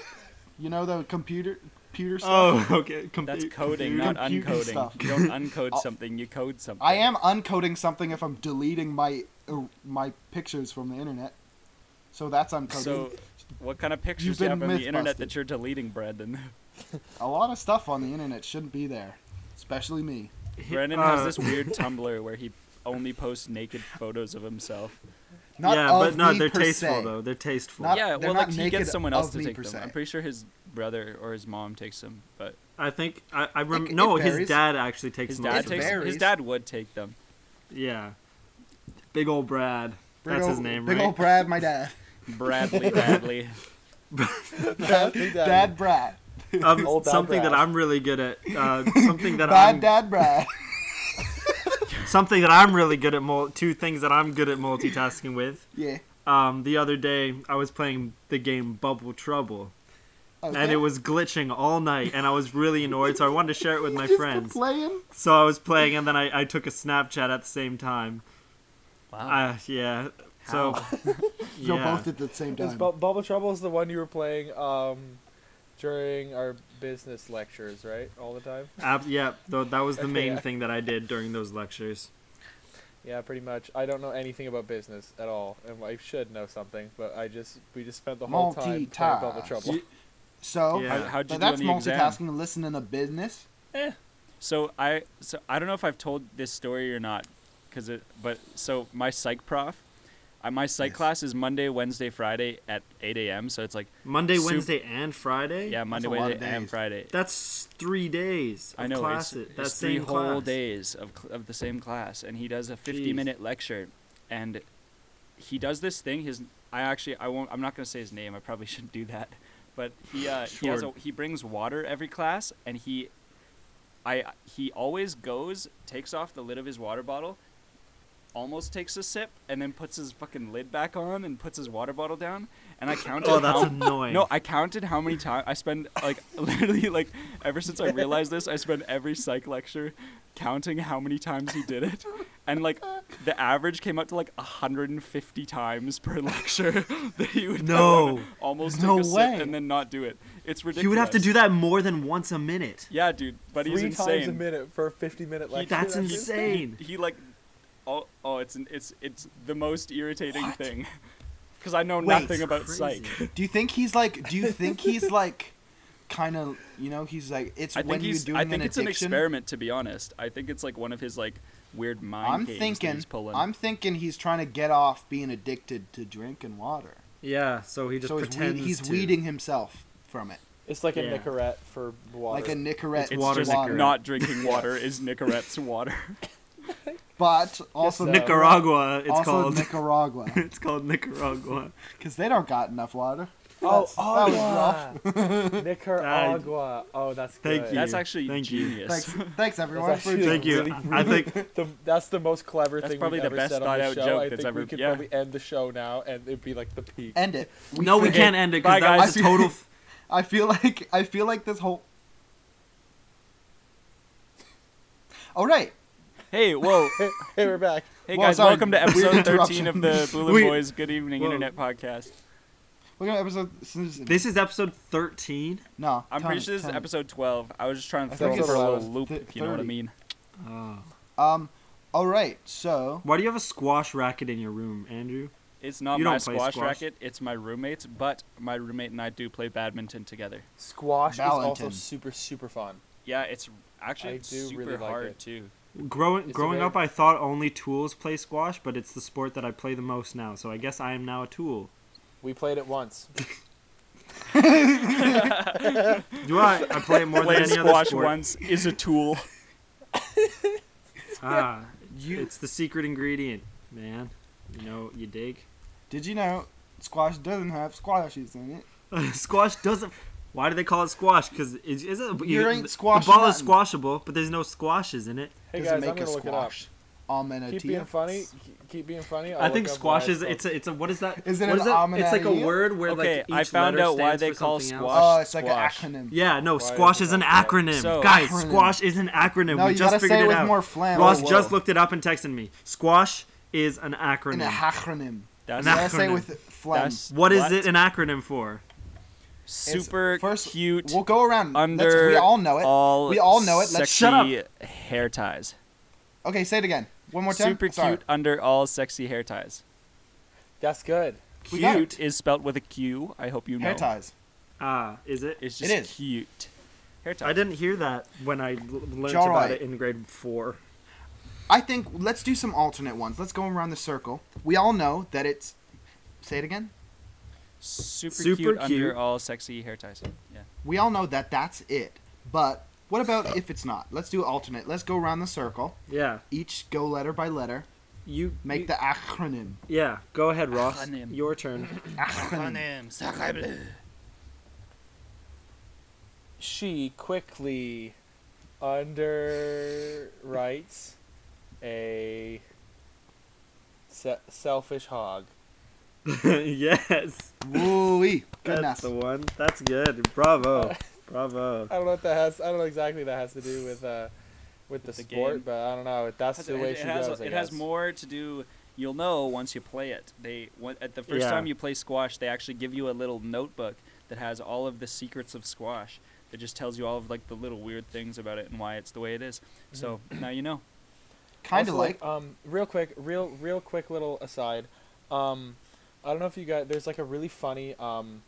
[SPEAKER 1] you know the computer computer stuff
[SPEAKER 4] Oh, okay. Com-
[SPEAKER 2] That's coding, not
[SPEAKER 1] computing
[SPEAKER 2] uncoding.
[SPEAKER 1] stuff.
[SPEAKER 2] You don't uncode
[SPEAKER 1] I'll-
[SPEAKER 2] something, you code something.
[SPEAKER 1] i am uncoding something if i'm deleting my uh, my pictures from the internet so that's uncoding
[SPEAKER 2] So, what kind of pictures do you
[SPEAKER 1] been
[SPEAKER 2] have on the internet
[SPEAKER 1] myth-busted.
[SPEAKER 2] that you're deleting, Brandon?
[SPEAKER 1] a lot of stuff on the internet shouldn't be there especially me
[SPEAKER 2] Brandon
[SPEAKER 4] uh,
[SPEAKER 2] has this weird Tumblr where he only posts naked photos of himself.
[SPEAKER 1] Not
[SPEAKER 4] yeah,
[SPEAKER 1] of
[SPEAKER 4] but no,
[SPEAKER 1] me
[SPEAKER 4] they're
[SPEAKER 1] per
[SPEAKER 4] tasteful
[SPEAKER 1] se.
[SPEAKER 4] though. They're tasteful.
[SPEAKER 1] Not-
[SPEAKER 2] yeah,
[SPEAKER 1] Uh, they're
[SPEAKER 2] well,
[SPEAKER 1] not
[SPEAKER 2] like he
[SPEAKER 1] naked
[SPEAKER 2] gets someone else
[SPEAKER 1] of
[SPEAKER 2] to
[SPEAKER 1] me,
[SPEAKER 2] take
[SPEAKER 1] per
[SPEAKER 2] them.
[SPEAKER 1] se.
[SPEAKER 2] I'm pretty sure his brother or his mom takes them, but
[SPEAKER 4] I think I, I
[SPEAKER 1] think
[SPEAKER 4] rem-
[SPEAKER 1] it
[SPEAKER 4] no, his
[SPEAKER 1] varies.
[SPEAKER 4] dad actually takes
[SPEAKER 2] his
[SPEAKER 4] most
[SPEAKER 2] dad
[SPEAKER 4] of
[SPEAKER 2] takes
[SPEAKER 4] them.
[SPEAKER 1] varies.
[SPEAKER 2] his dad would take them.
[SPEAKER 4] Yeah, big old Brad.
[SPEAKER 1] Big
[SPEAKER 4] That's
[SPEAKER 1] ol-
[SPEAKER 4] his name,
[SPEAKER 1] Big
[SPEAKER 4] right?
[SPEAKER 1] old Brad, my dad.
[SPEAKER 2] Bradley, Bradley.
[SPEAKER 3] Dad, big daddy.
[SPEAKER 1] Dad Brad.
[SPEAKER 4] Um,
[SPEAKER 3] Old dad
[SPEAKER 4] something
[SPEAKER 3] Brad.
[SPEAKER 4] that I'm really good at. Uh, something that
[SPEAKER 1] Bad
[SPEAKER 4] I'm
[SPEAKER 1] Dad Brad.
[SPEAKER 4] something that I'm really good at. Mul- two things that I'm good at multitasking with.
[SPEAKER 1] Yeah.
[SPEAKER 4] Um, the other day I was playing the game Bubble Trouble,
[SPEAKER 1] Okay.
[SPEAKER 4] and it was glitching all night, and I was really annoyed, so I wanted to share it with my
[SPEAKER 1] Just
[SPEAKER 4] friends.
[SPEAKER 1] playing.
[SPEAKER 4] So I was playing, and then I, I took a Snapchat at the same time.
[SPEAKER 2] Wow.
[SPEAKER 4] Uh, yeah. So
[SPEAKER 1] You're
[SPEAKER 4] yeah.
[SPEAKER 1] Oh. both at the same
[SPEAKER 3] Is
[SPEAKER 1] time.
[SPEAKER 3] Bu- Bubble Trouble is the one you were playing um, during our business lectures, right? All the time.
[SPEAKER 4] Ab- yeah, tho- that was the
[SPEAKER 3] Okay,
[SPEAKER 4] main
[SPEAKER 3] yeah.
[SPEAKER 4] thing that I did during those lectures.
[SPEAKER 3] Yeah, pretty much. I don't know anything about business at all, and I should know something, but I just we just spent the whole time playing Bubble
[SPEAKER 1] Multitask.
[SPEAKER 3] Trouble.
[SPEAKER 2] You-
[SPEAKER 1] so,
[SPEAKER 4] Yeah. How-
[SPEAKER 2] how'd
[SPEAKER 1] so
[SPEAKER 2] you do
[SPEAKER 1] that's
[SPEAKER 2] on the exam?
[SPEAKER 1] multitasking and listening to business.
[SPEAKER 2] So I so I don't know if I've told this story or not, cause it. But so my psych prof, uh, my psych
[SPEAKER 1] Yes.
[SPEAKER 2] class is Monday, Wednesday, Friday at 8 a.m. So it's like
[SPEAKER 4] Monday,
[SPEAKER 2] Sup-
[SPEAKER 4] Wednesday, and Friday.
[SPEAKER 2] yeah, Monday,
[SPEAKER 1] a lot
[SPEAKER 2] Wednesday,
[SPEAKER 1] of
[SPEAKER 2] and
[SPEAKER 1] days.
[SPEAKER 2] Friday.
[SPEAKER 4] That's three days. Of
[SPEAKER 2] I know
[SPEAKER 4] Class
[SPEAKER 2] it's,
[SPEAKER 4] that
[SPEAKER 2] it's three
[SPEAKER 4] same
[SPEAKER 2] whole
[SPEAKER 4] class.
[SPEAKER 2] days of cl- of the same class, and he does a
[SPEAKER 4] Jeez.
[SPEAKER 2] fifty-minute lecture, and he does this thing. His I actually I won't I'm not gonna say his name. I probably shouldn't do that, but he uh, he has a,
[SPEAKER 4] Sure.
[SPEAKER 2] he brings water every class, and he I he always goes takes off the lid of his water bottle. Almost takes a sip and then puts his fucking lid back on and puts his water bottle down. And I counted
[SPEAKER 4] Oh, that's
[SPEAKER 2] how
[SPEAKER 4] annoying.
[SPEAKER 2] no, I counted how many times I spend like literally like ever since I realized this, I spend every psych lecture counting how many times he did it, and like the average came up to like 150 times per lecture that he would go and
[SPEAKER 4] No.
[SPEAKER 2] almost
[SPEAKER 1] No
[SPEAKER 2] take a
[SPEAKER 1] way.
[SPEAKER 2] sip and then not do it. It's ridiculous.
[SPEAKER 4] you would have to do that more than once a minute.
[SPEAKER 2] Yeah, dude, but
[SPEAKER 3] Three
[SPEAKER 2] he's insane.
[SPEAKER 3] times a minute for a fifty-minute
[SPEAKER 2] He-
[SPEAKER 3] lecture.
[SPEAKER 4] That's
[SPEAKER 3] just-
[SPEAKER 4] insane.
[SPEAKER 2] He like, oh, oh, it's an, it's it's the most irritating thing, because I know
[SPEAKER 1] Wait,
[SPEAKER 2] nothing
[SPEAKER 1] it's
[SPEAKER 2] about
[SPEAKER 4] crazy.
[SPEAKER 2] psych.
[SPEAKER 1] Do you think he's like? Do you think he's like? Kind of, you know, he's like it's
[SPEAKER 2] I
[SPEAKER 1] when
[SPEAKER 2] think
[SPEAKER 1] you're
[SPEAKER 2] he's.
[SPEAKER 1] doing
[SPEAKER 2] I think
[SPEAKER 1] an
[SPEAKER 2] it's an
[SPEAKER 1] addiction.
[SPEAKER 2] experiment. To be honest, I think it's like one of his like weird mind
[SPEAKER 1] I'm
[SPEAKER 2] games that
[SPEAKER 1] thinking.
[SPEAKER 2] he's pulling.
[SPEAKER 1] I'm thinking he's trying to get off being addicted to drink and water.
[SPEAKER 4] Yeah, so he just
[SPEAKER 1] so he's, weed,
[SPEAKER 4] pretends
[SPEAKER 1] he's
[SPEAKER 4] to.
[SPEAKER 1] weeding himself from it,
[SPEAKER 3] It's like a
[SPEAKER 4] Yeah.
[SPEAKER 3] Nicorette for water.
[SPEAKER 1] like a Nicorette
[SPEAKER 2] it's
[SPEAKER 4] water
[SPEAKER 2] just
[SPEAKER 4] Nicorette.
[SPEAKER 2] not drinking water is Nicorette's water.
[SPEAKER 1] but also
[SPEAKER 2] uh,
[SPEAKER 3] so.
[SPEAKER 4] Nicaragua. It's
[SPEAKER 1] also
[SPEAKER 4] called.
[SPEAKER 1] Nicaragua,
[SPEAKER 4] it's called Nicaragua.
[SPEAKER 1] because they don't got enough water.
[SPEAKER 3] oh,
[SPEAKER 1] That was
[SPEAKER 3] oh, Nicaragua. Oh, that's good.
[SPEAKER 4] Thank you.
[SPEAKER 2] That's actually
[SPEAKER 4] Thank you.
[SPEAKER 2] genius.
[SPEAKER 1] Thanks, thanks everyone
[SPEAKER 3] That's
[SPEAKER 1] for
[SPEAKER 3] actually-
[SPEAKER 1] joining.
[SPEAKER 4] Thank you.
[SPEAKER 3] Really,
[SPEAKER 4] I
[SPEAKER 3] really-
[SPEAKER 4] think
[SPEAKER 3] The, that's the most clever
[SPEAKER 2] That's
[SPEAKER 3] thing
[SPEAKER 2] probably
[SPEAKER 3] we've
[SPEAKER 2] the
[SPEAKER 3] ever
[SPEAKER 2] best
[SPEAKER 3] said on the
[SPEAKER 2] thought-out
[SPEAKER 3] show.
[SPEAKER 2] joke
[SPEAKER 3] I
[SPEAKER 2] that's
[SPEAKER 3] think we
[SPEAKER 2] ever-
[SPEAKER 3] could
[SPEAKER 2] yeah.
[SPEAKER 3] probably end the show now, and it'd be like the peak.
[SPEAKER 1] End it.
[SPEAKER 4] no, we
[SPEAKER 1] forget-
[SPEAKER 4] can't end it
[SPEAKER 2] Bye,
[SPEAKER 4] because that
[SPEAKER 2] guys.
[SPEAKER 4] was total. F-
[SPEAKER 1] I feel like I feel like this whole. All right.
[SPEAKER 2] Hey, whoa.
[SPEAKER 3] hey, we're back.
[SPEAKER 2] Hey
[SPEAKER 1] Well,
[SPEAKER 2] guys,
[SPEAKER 1] sorry,
[SPEAKER 2] welcome to
[SPEAKER 1] weird
[SPEAKER 2] episode 13
[SPEAKER 1] interruption.
[SPEAKER 2] of the Booler
[SPEAKER 4] We-
[SPEAKER 2] Boys Good Evening
[SPEAKER 4] Whoa.
[SPEAKER 2] Internet podcast.
[SPEAKER 1] We're gonna episode. This,
[SPEAKER 4] this is episode thirteen.
[SPEAKER 1] no.
[SPEAKER 2] I'm
[SPEAKER 1] tell
[SPEAKER 2] pretty
[SPEAKER 1] me,
[SPEAKER 2] sure this is
[SPEAKER 1] tell me.
[SPEAKER 2] episode 12. I was just trying to
[SPEAKER 3] I
[SPEAKER 2] throw
[SPEAKER 3] think
[SPEAKER 2] it for a
[SPEAKER 3] it's
[SPEAKER 2] little
[SPEAKER 1] around
[SPEAKER 2] loop,
[SPEAKER 1] th-
[SPEAKER 2] if you know what I
[SPEAKER 1] 30.
[SPEAKER 2] mean.
[SPEAKER 4] Oh.
[SPEAKER 1] Um. All right. So.
[SPEAKER 4] Why do you have a squash racket in your room, Andrew?
[SPEAKER 2] It's not
[SPEAKER 4] You
[SPEAKER 2] my
[SPEAKER 4] don't play
[SPEAKER 2] squash,
[SPEAKER 4] squash.
[SPEAKER 2] racket, it's my roommate's, but my roommate and I do play badminton together.
[SPEAKER 3] Squash is also
[SPEAKER 1] Valentin.
[SPEAKER 3] super, super fun.
[SPEAKER 2] Yeah, it's actually
[SPEAKER 3] I
[SPEAKER 2] it's
[SPEAKER 3] do
[SPEAKER 2] super
[SPEAKER 3] really like
[SPEAKER 2] hard,
[SPEAKER 3] it.
[SPEAKER 2] too.
[SPEAKER 4] Growing
[SPEAKER 3] It's a
[SPEAKER 4] growing
[SPEAKER 3] very-
[SPEAKER 4] up, I thought only tools play squash, but it's the sport that I play the most now. So I guess I am now a tool.
[SPEAKER 3] We played it once.
[SPEAKER 4] Do I? I play it more than
[SPEAKER 2] Play
[SPEAKER 4] any other
[SPEAKER 2] squash
[SPEAKER 4] sport.
[SPEAKER 2] once is a tool.
[SPEAKER 4] Ah, it's the secret ingredient, man. You know, you dig.
[SPEAKER 1] Did you know squash doesn't have squashes in it?
[SPEAKER 4] squash doesn't. Why do they call it squash? Because it isn't.
[SPEAKER 1] You ain't
[SPEAKER 4] The ball is
[SPEAKER 1] squashing
[SPEAKER 4] squashable, but there's no squashes in it.
[SPEAKER 3] Hey
[SPEAKER 1] Doesn't
[SPEAKER 3] guys, I'm gonna look it up.
[SPEAKER 1] Almanac.
[SPEAKER 3] Keep being funny. ke- Keep being funny. I'll
[SPEAKER 4] I think
[SPEAKER 3] look up
[SPEAKER 4] squash
[SPEAKER 3] why
[SPEAKER 4] is.
[SPEAKER 3] called-
[SPEAKER 4] It's a. It's a. What is that?
[SPEAKER 1] Is it
[SPEAKER 4] What
[SPEAKER 1] an
[SPEAKER 4] that? It's like a
[SPEAKER 1] ominati?
[SPEAKER 4] word where
[SPEAKER 2] Okay,
[SPEAKER 4] like each
[SPEAKER 2] I found
[SPEAKER 4] letter
[SPEAKER 2] out why
[SPEAKER 4] stands
[SPEAKER 2] they
[SPEAKER 4] for
[SPEAKER 2] call
[SPEAKER 4] something
[SPEAKER 2] squash.
[SPEAKER 4] else.
[SPEAKER 1] Oh, it's like
[SPEAKER 2] Squash.
[SPEAKER 1] an acronym.
[SPEAKER 4] Yeah, no,
[SPEAKER 3] Why is
[SPEAKER 4] squash
[SPEAKER 3] it
[SPEAKER 4] is an
[SPEAKER 3] not called-
[SPEAKER 4] acronym.
[SPEAKER 2] So-
[SPEAKER 4] Guys,
[SPEAKER 1] Acronym.
[SPEAKER 4] squash is an acronym.
[SPEAKER 1] No,
[SPEAKER 4] we
[SPEAKER 1] you
[SPEAKER 4] just
[SPEAKER 1] gotta
[SPEAKER 4] figured
[SPEAKER 1] say it
[SPEAKER 4] it
[SPEAKER 1] with
[SPEAKER 4] out.
[SPEAKER 1] more flam.
[SPEAKER 4] Ross
[SPEAKER 1] Whoa,
[SPEAKER 4] just
[SPEAKER 1] whoa.
[SPEAKER 4] looked it up and texted me. Squash is an
[SPEAKER 1] An
[SPEAKER 4] acronym.
[SPEAKER 1] acronym. You
[SPEAKER 2] That's
[SPEAKER 1] gotta say it with phlegm.
[SPEAKER 2] That's-
[SPEAKER 4] What is
[SPEAKER 2] What?
[SPEAKER 4] it an acronym for?
[SPEAKER 1] It's-
[SPEAKER 2] super
[SPEAKER 1] first,
[SPEAKER 2] cute.
[SPEAKER 1] We'll go around. Let's-
[SPEAKER 2] under
[SPEAKER 1] we all know it.
[SPEAKER 2] all
[SPEAKER 1] We all know it. Let's-
[SPEAKER 2] sexy
[SPEAKER 1] Shut
[SPEAKER 2] hair ties.
[SPEAKER 1] Okay, say it again. One more time.
[SPEAKER 2] Super
[SPEAKER 1] Sorry.
[SPEAKER 2] cute under all sexy hair ties.
[SPEAKER 3] That's good.
[SPEAKER 1] We got
[SPEAKER 2] Cute is spelt with a Q. I hope you know.
[SPEAKER 1] Hair ties.
[SPEAKER 4] Ah, is it?
[SPEAKER 2] It's just
[SPEAKER 1] is.
[SPEAKER 2] cute. Hair ties.
[SPEAKER 4] I didn't hear that when I l- learned
[SPEAKER 1] all
[SPEAKER 4] about
[SPEAKER 1] right.
[SPEAKER 4] it in grade four.
[SPEAKER 1] I think let's do some alternate ones. Let's go around the circle. We all know that it's. Say it again.
[SPEAKER 2] Super,
[SPEAKER 4] Super cute.
[SPEAKER 2] cute, under all sexy hair ties. Yeah.
[SPEAKER 1] We all know that that's it. But what about if it's not? Let's do alternate. Let's go around the circle.
[SPEAKER 4] Yeah,
[SPEAKER 1] Each go letter by letter.
[SPEAKER 4] you
[SPEAKER 1] Make
[SPEAKER 4] you-
[SPEAKER 1] the acronym.
[SPEAKER 4] Yeah, go ahead, Ross.
[SPEAKER 2] Acronym.
[SPEAKER 4] Your turn.
[SPEAKER 1] Acronym.
[SPEAKER 3] She quickly underwrites a se- selfish hog.
[SPEAKER 4] yes,
[SPEAKER 1] Woo-wee. Goodness.
[SPEAKER 4] that's the one. That's good. Bravo, bravo.
[SPEAKER 3] I don't know what that has. I don't know exactly what that has to do with uh, with the,
[SPEAKER 2] the
[SPEAKER 3] sport,
[SPEAKER 2] game.
[SPEAKER 3] but I don't know. That's
[SPEAKER 2] Has-
[SPEAKER 3] the way
[SPEAKER 2] it,
[SPEAKER 3] she
[SPEAKER 2] it has,
[SPEAKER 3] goes. I
[SPEAKER 2] it has
[SPEAKER 3] guess.
[SPEAKER 2] more to do. You'll know once you play it. They when- at the first
[SPEAKER 4] Yeah.
[SPEAKER 2] time you play squash, they actually give you a little notebook that has all of the secrets of squash. That just tells you all of like the little weird things about it and why it's the way it is. So
[SPEAKER 3] Mm-hmm.
[SPEAKER 2] now you know.
[SPEAKER 1] Kind of
[SPEAKER 3] Also,
[SPEAKER 1] like.
[SPEAKER 3] um real quick real real quick little aside um i don't know if you guys there's like a really funny um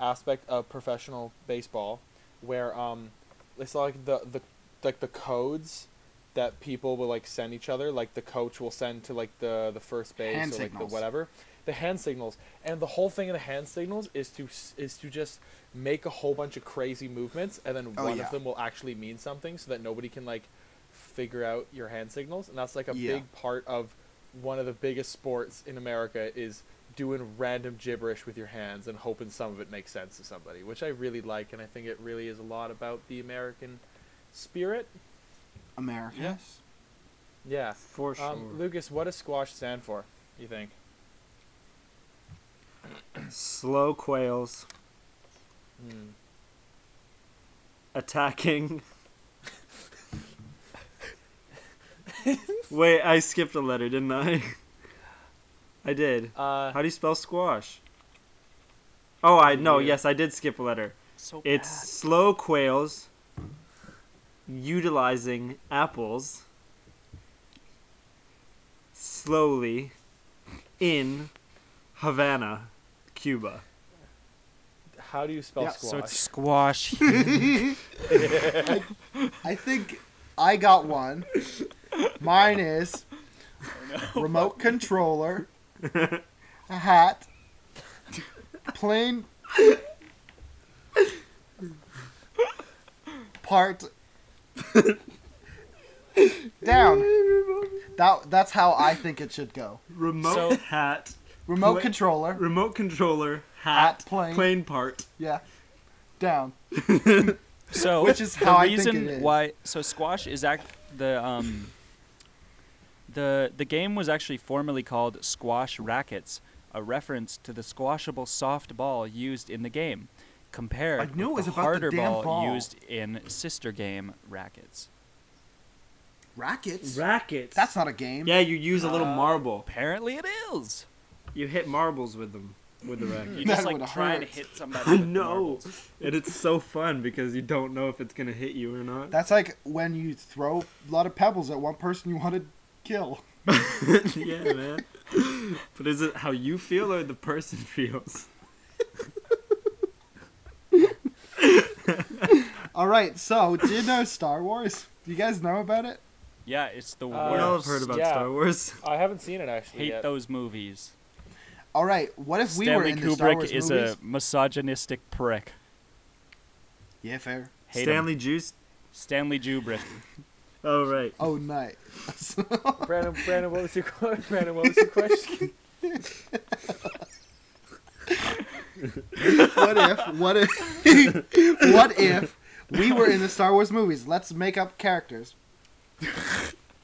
[SPEAKER 3] aspect of professional baseball where um it's like the the like the codes that people will like send each other like the coach will send to like the the first base
[SPEAKER 1] Hand
[SPEAKER 3] or like
[SPEAKER 1] signals.
[SPEAKER 3] the whatever the hand signals and the whole thing of the hand signals is to s- is to just make a whole bunch of crazy movements and then
[SPEAKER 1] Oh,
[SPEAKER 3] one
[SPEAKER 1] yeah.
[SPEAKER 3] of them will actually mean something so that nobody can like figure out your hand signals and that's like a
[SPEAKER 1] Yeah.
[SPEAKER 3] big part of one of the biggest sports in america is doing random gibberish with your hands and hoping some of it makes sense to somebody which i really like and i think it really is a lot about the american spirit
[SPEAKER 1] America. Yes.
[SPEAKER 3] yeah
[SPEAKER 4] For sure.
[SPEAKER 3] um, lucas what does squash stand for you think
[SPEAKER 4] Slow quails
[SPEAKER 3] Hmm.
[SPEAKER 4] attacking. Wait, I skipped a letter, didn't I? I did.
[SPEAKER 3] uh,
[SPEAKER 4] How do you spell squash? Oh, I no.
[SPEAKER 3] Yeah.
[SPEAKER 4] Yes, I did skip a letter.
[SPEAKER 2] So
[SPEAKER 4] It's slow quails utilizing apples slowly in Havana, Cuba.
[SPEAKER 3] how do you spell
[SPEAKER 1] Yeah,
[SPEAKER 3] squash
[SPEAKER 2] squash.
[SPEAKER 1] I think I got one. Mine is remote controller, a hat, plane, part down. That that's how I think it should go.
[SPEAKER 4] Remote
[SPEAKER 3] So-
[SPEAKER 4] hat,
[SPEAKER 1] Remote
[SPEAKER 4] Pla-
[SPEAKER 1] controller,
[SPEAKER 4] remote controller,
[SPEAKER 1] hat,
[SPEAKER 4] hat,
[SPEAKER 1] plane,
[SPEAKER 4] plane part.
[SPEAKER 1] yeah, down.
[SPEAKER 2] So
[SPEAKER 1] Which is
[SPEAKER 2] the
[SPEAKER 1] how I think
[SPEAKER 2] reason
[SPEAKER 1] it is.
[SPEAKER 2] why so squash is act the um the the game was actually formerly called squash rackets, a reference to the squashable soft ball used in the game, compared
[SPEAKER 1] I knew it was
[SPEAKER 2] with the
[SPEAKER 1] about the
[SPEAKER 2] harder
[SPEAKER 1] damn ball.
[SPEAKER 2] used in sister game rackets.
[SPEAKER 1] Rackets.
[SPEAKER 4] Rackets.
[SPEAKER 1] That's not a game.
[SPEAKER 4] yeah, you use a little marble.
[SPEAKER 2] Apparently, it is.
[SPEAKER 4] You hit marbles with them with the
[SPEAKER 2] You
[SPEAKER 4] racket.
[SPEAKER 1] Hmm. That
[SPEAKER 2] just like
[SPEAKER 1] would
[SPEAKER 2] try to
[SPEAKER 1] hurt.
[SPEAKER 2] hit somebody.
[SPEAKER 4] I
[SPEAKER 2] with the
[SPEAKER 4] know,
[SPEAKER 2] marbles.
[SPEAKER 4] and it's so fun because you don't know if it's gonna hit you or not.
[SPEAKER 1] That's like when you throw a lot of pebbles at one person you want to kill.
[SPEAKER 4] yeah, man. But is it how you feel or the person feels?
[SPEAKER 1] All right, so do you know Star Wars? Do you guys know about it?
[SPEAKER 2] Yeah, it's the
[SPEAKER 3] Uh,
[SPEAKER 4] We all have
[SPEAKER 2] worst.
[SPEAKER 4] heard about
[SPEAKER 3] Yeah.
[SPEAKER 4] Star Wars.
[SPEAKER 3] i haven't seen it actually
[SPEAKER 2] Hate
[SPEAKER 3] yet.
[SPEAKER 2] those movies.
[SPEAKER 1] All right, what if we were
[SPEAKER 2] Stanley
[SPEAKER 1] in the Star
[SPEAKER 2] Kubrick
[SPEAKER 1] Wars
[SPEAKER 2] is
[SPEAKER 1] movies?
[SPEAKER 2] a misogynistic prick.
[SPEAKER 1] Yeah, fair.
[SPEAKER 2] Hate him.
[SPEAKER 4] Stanley Juice.
[SPEAKER 2] Stanley Kubrick.
[SPEAKER 4] Oh right.
[SPEAKER 1] Oh, night.
[SPEAKER 3] brandon brandon what was your que- brandon what was your question
[SPEAKER 1] what if? What if? what if we were in the Star Wars movies? Let's make up characters.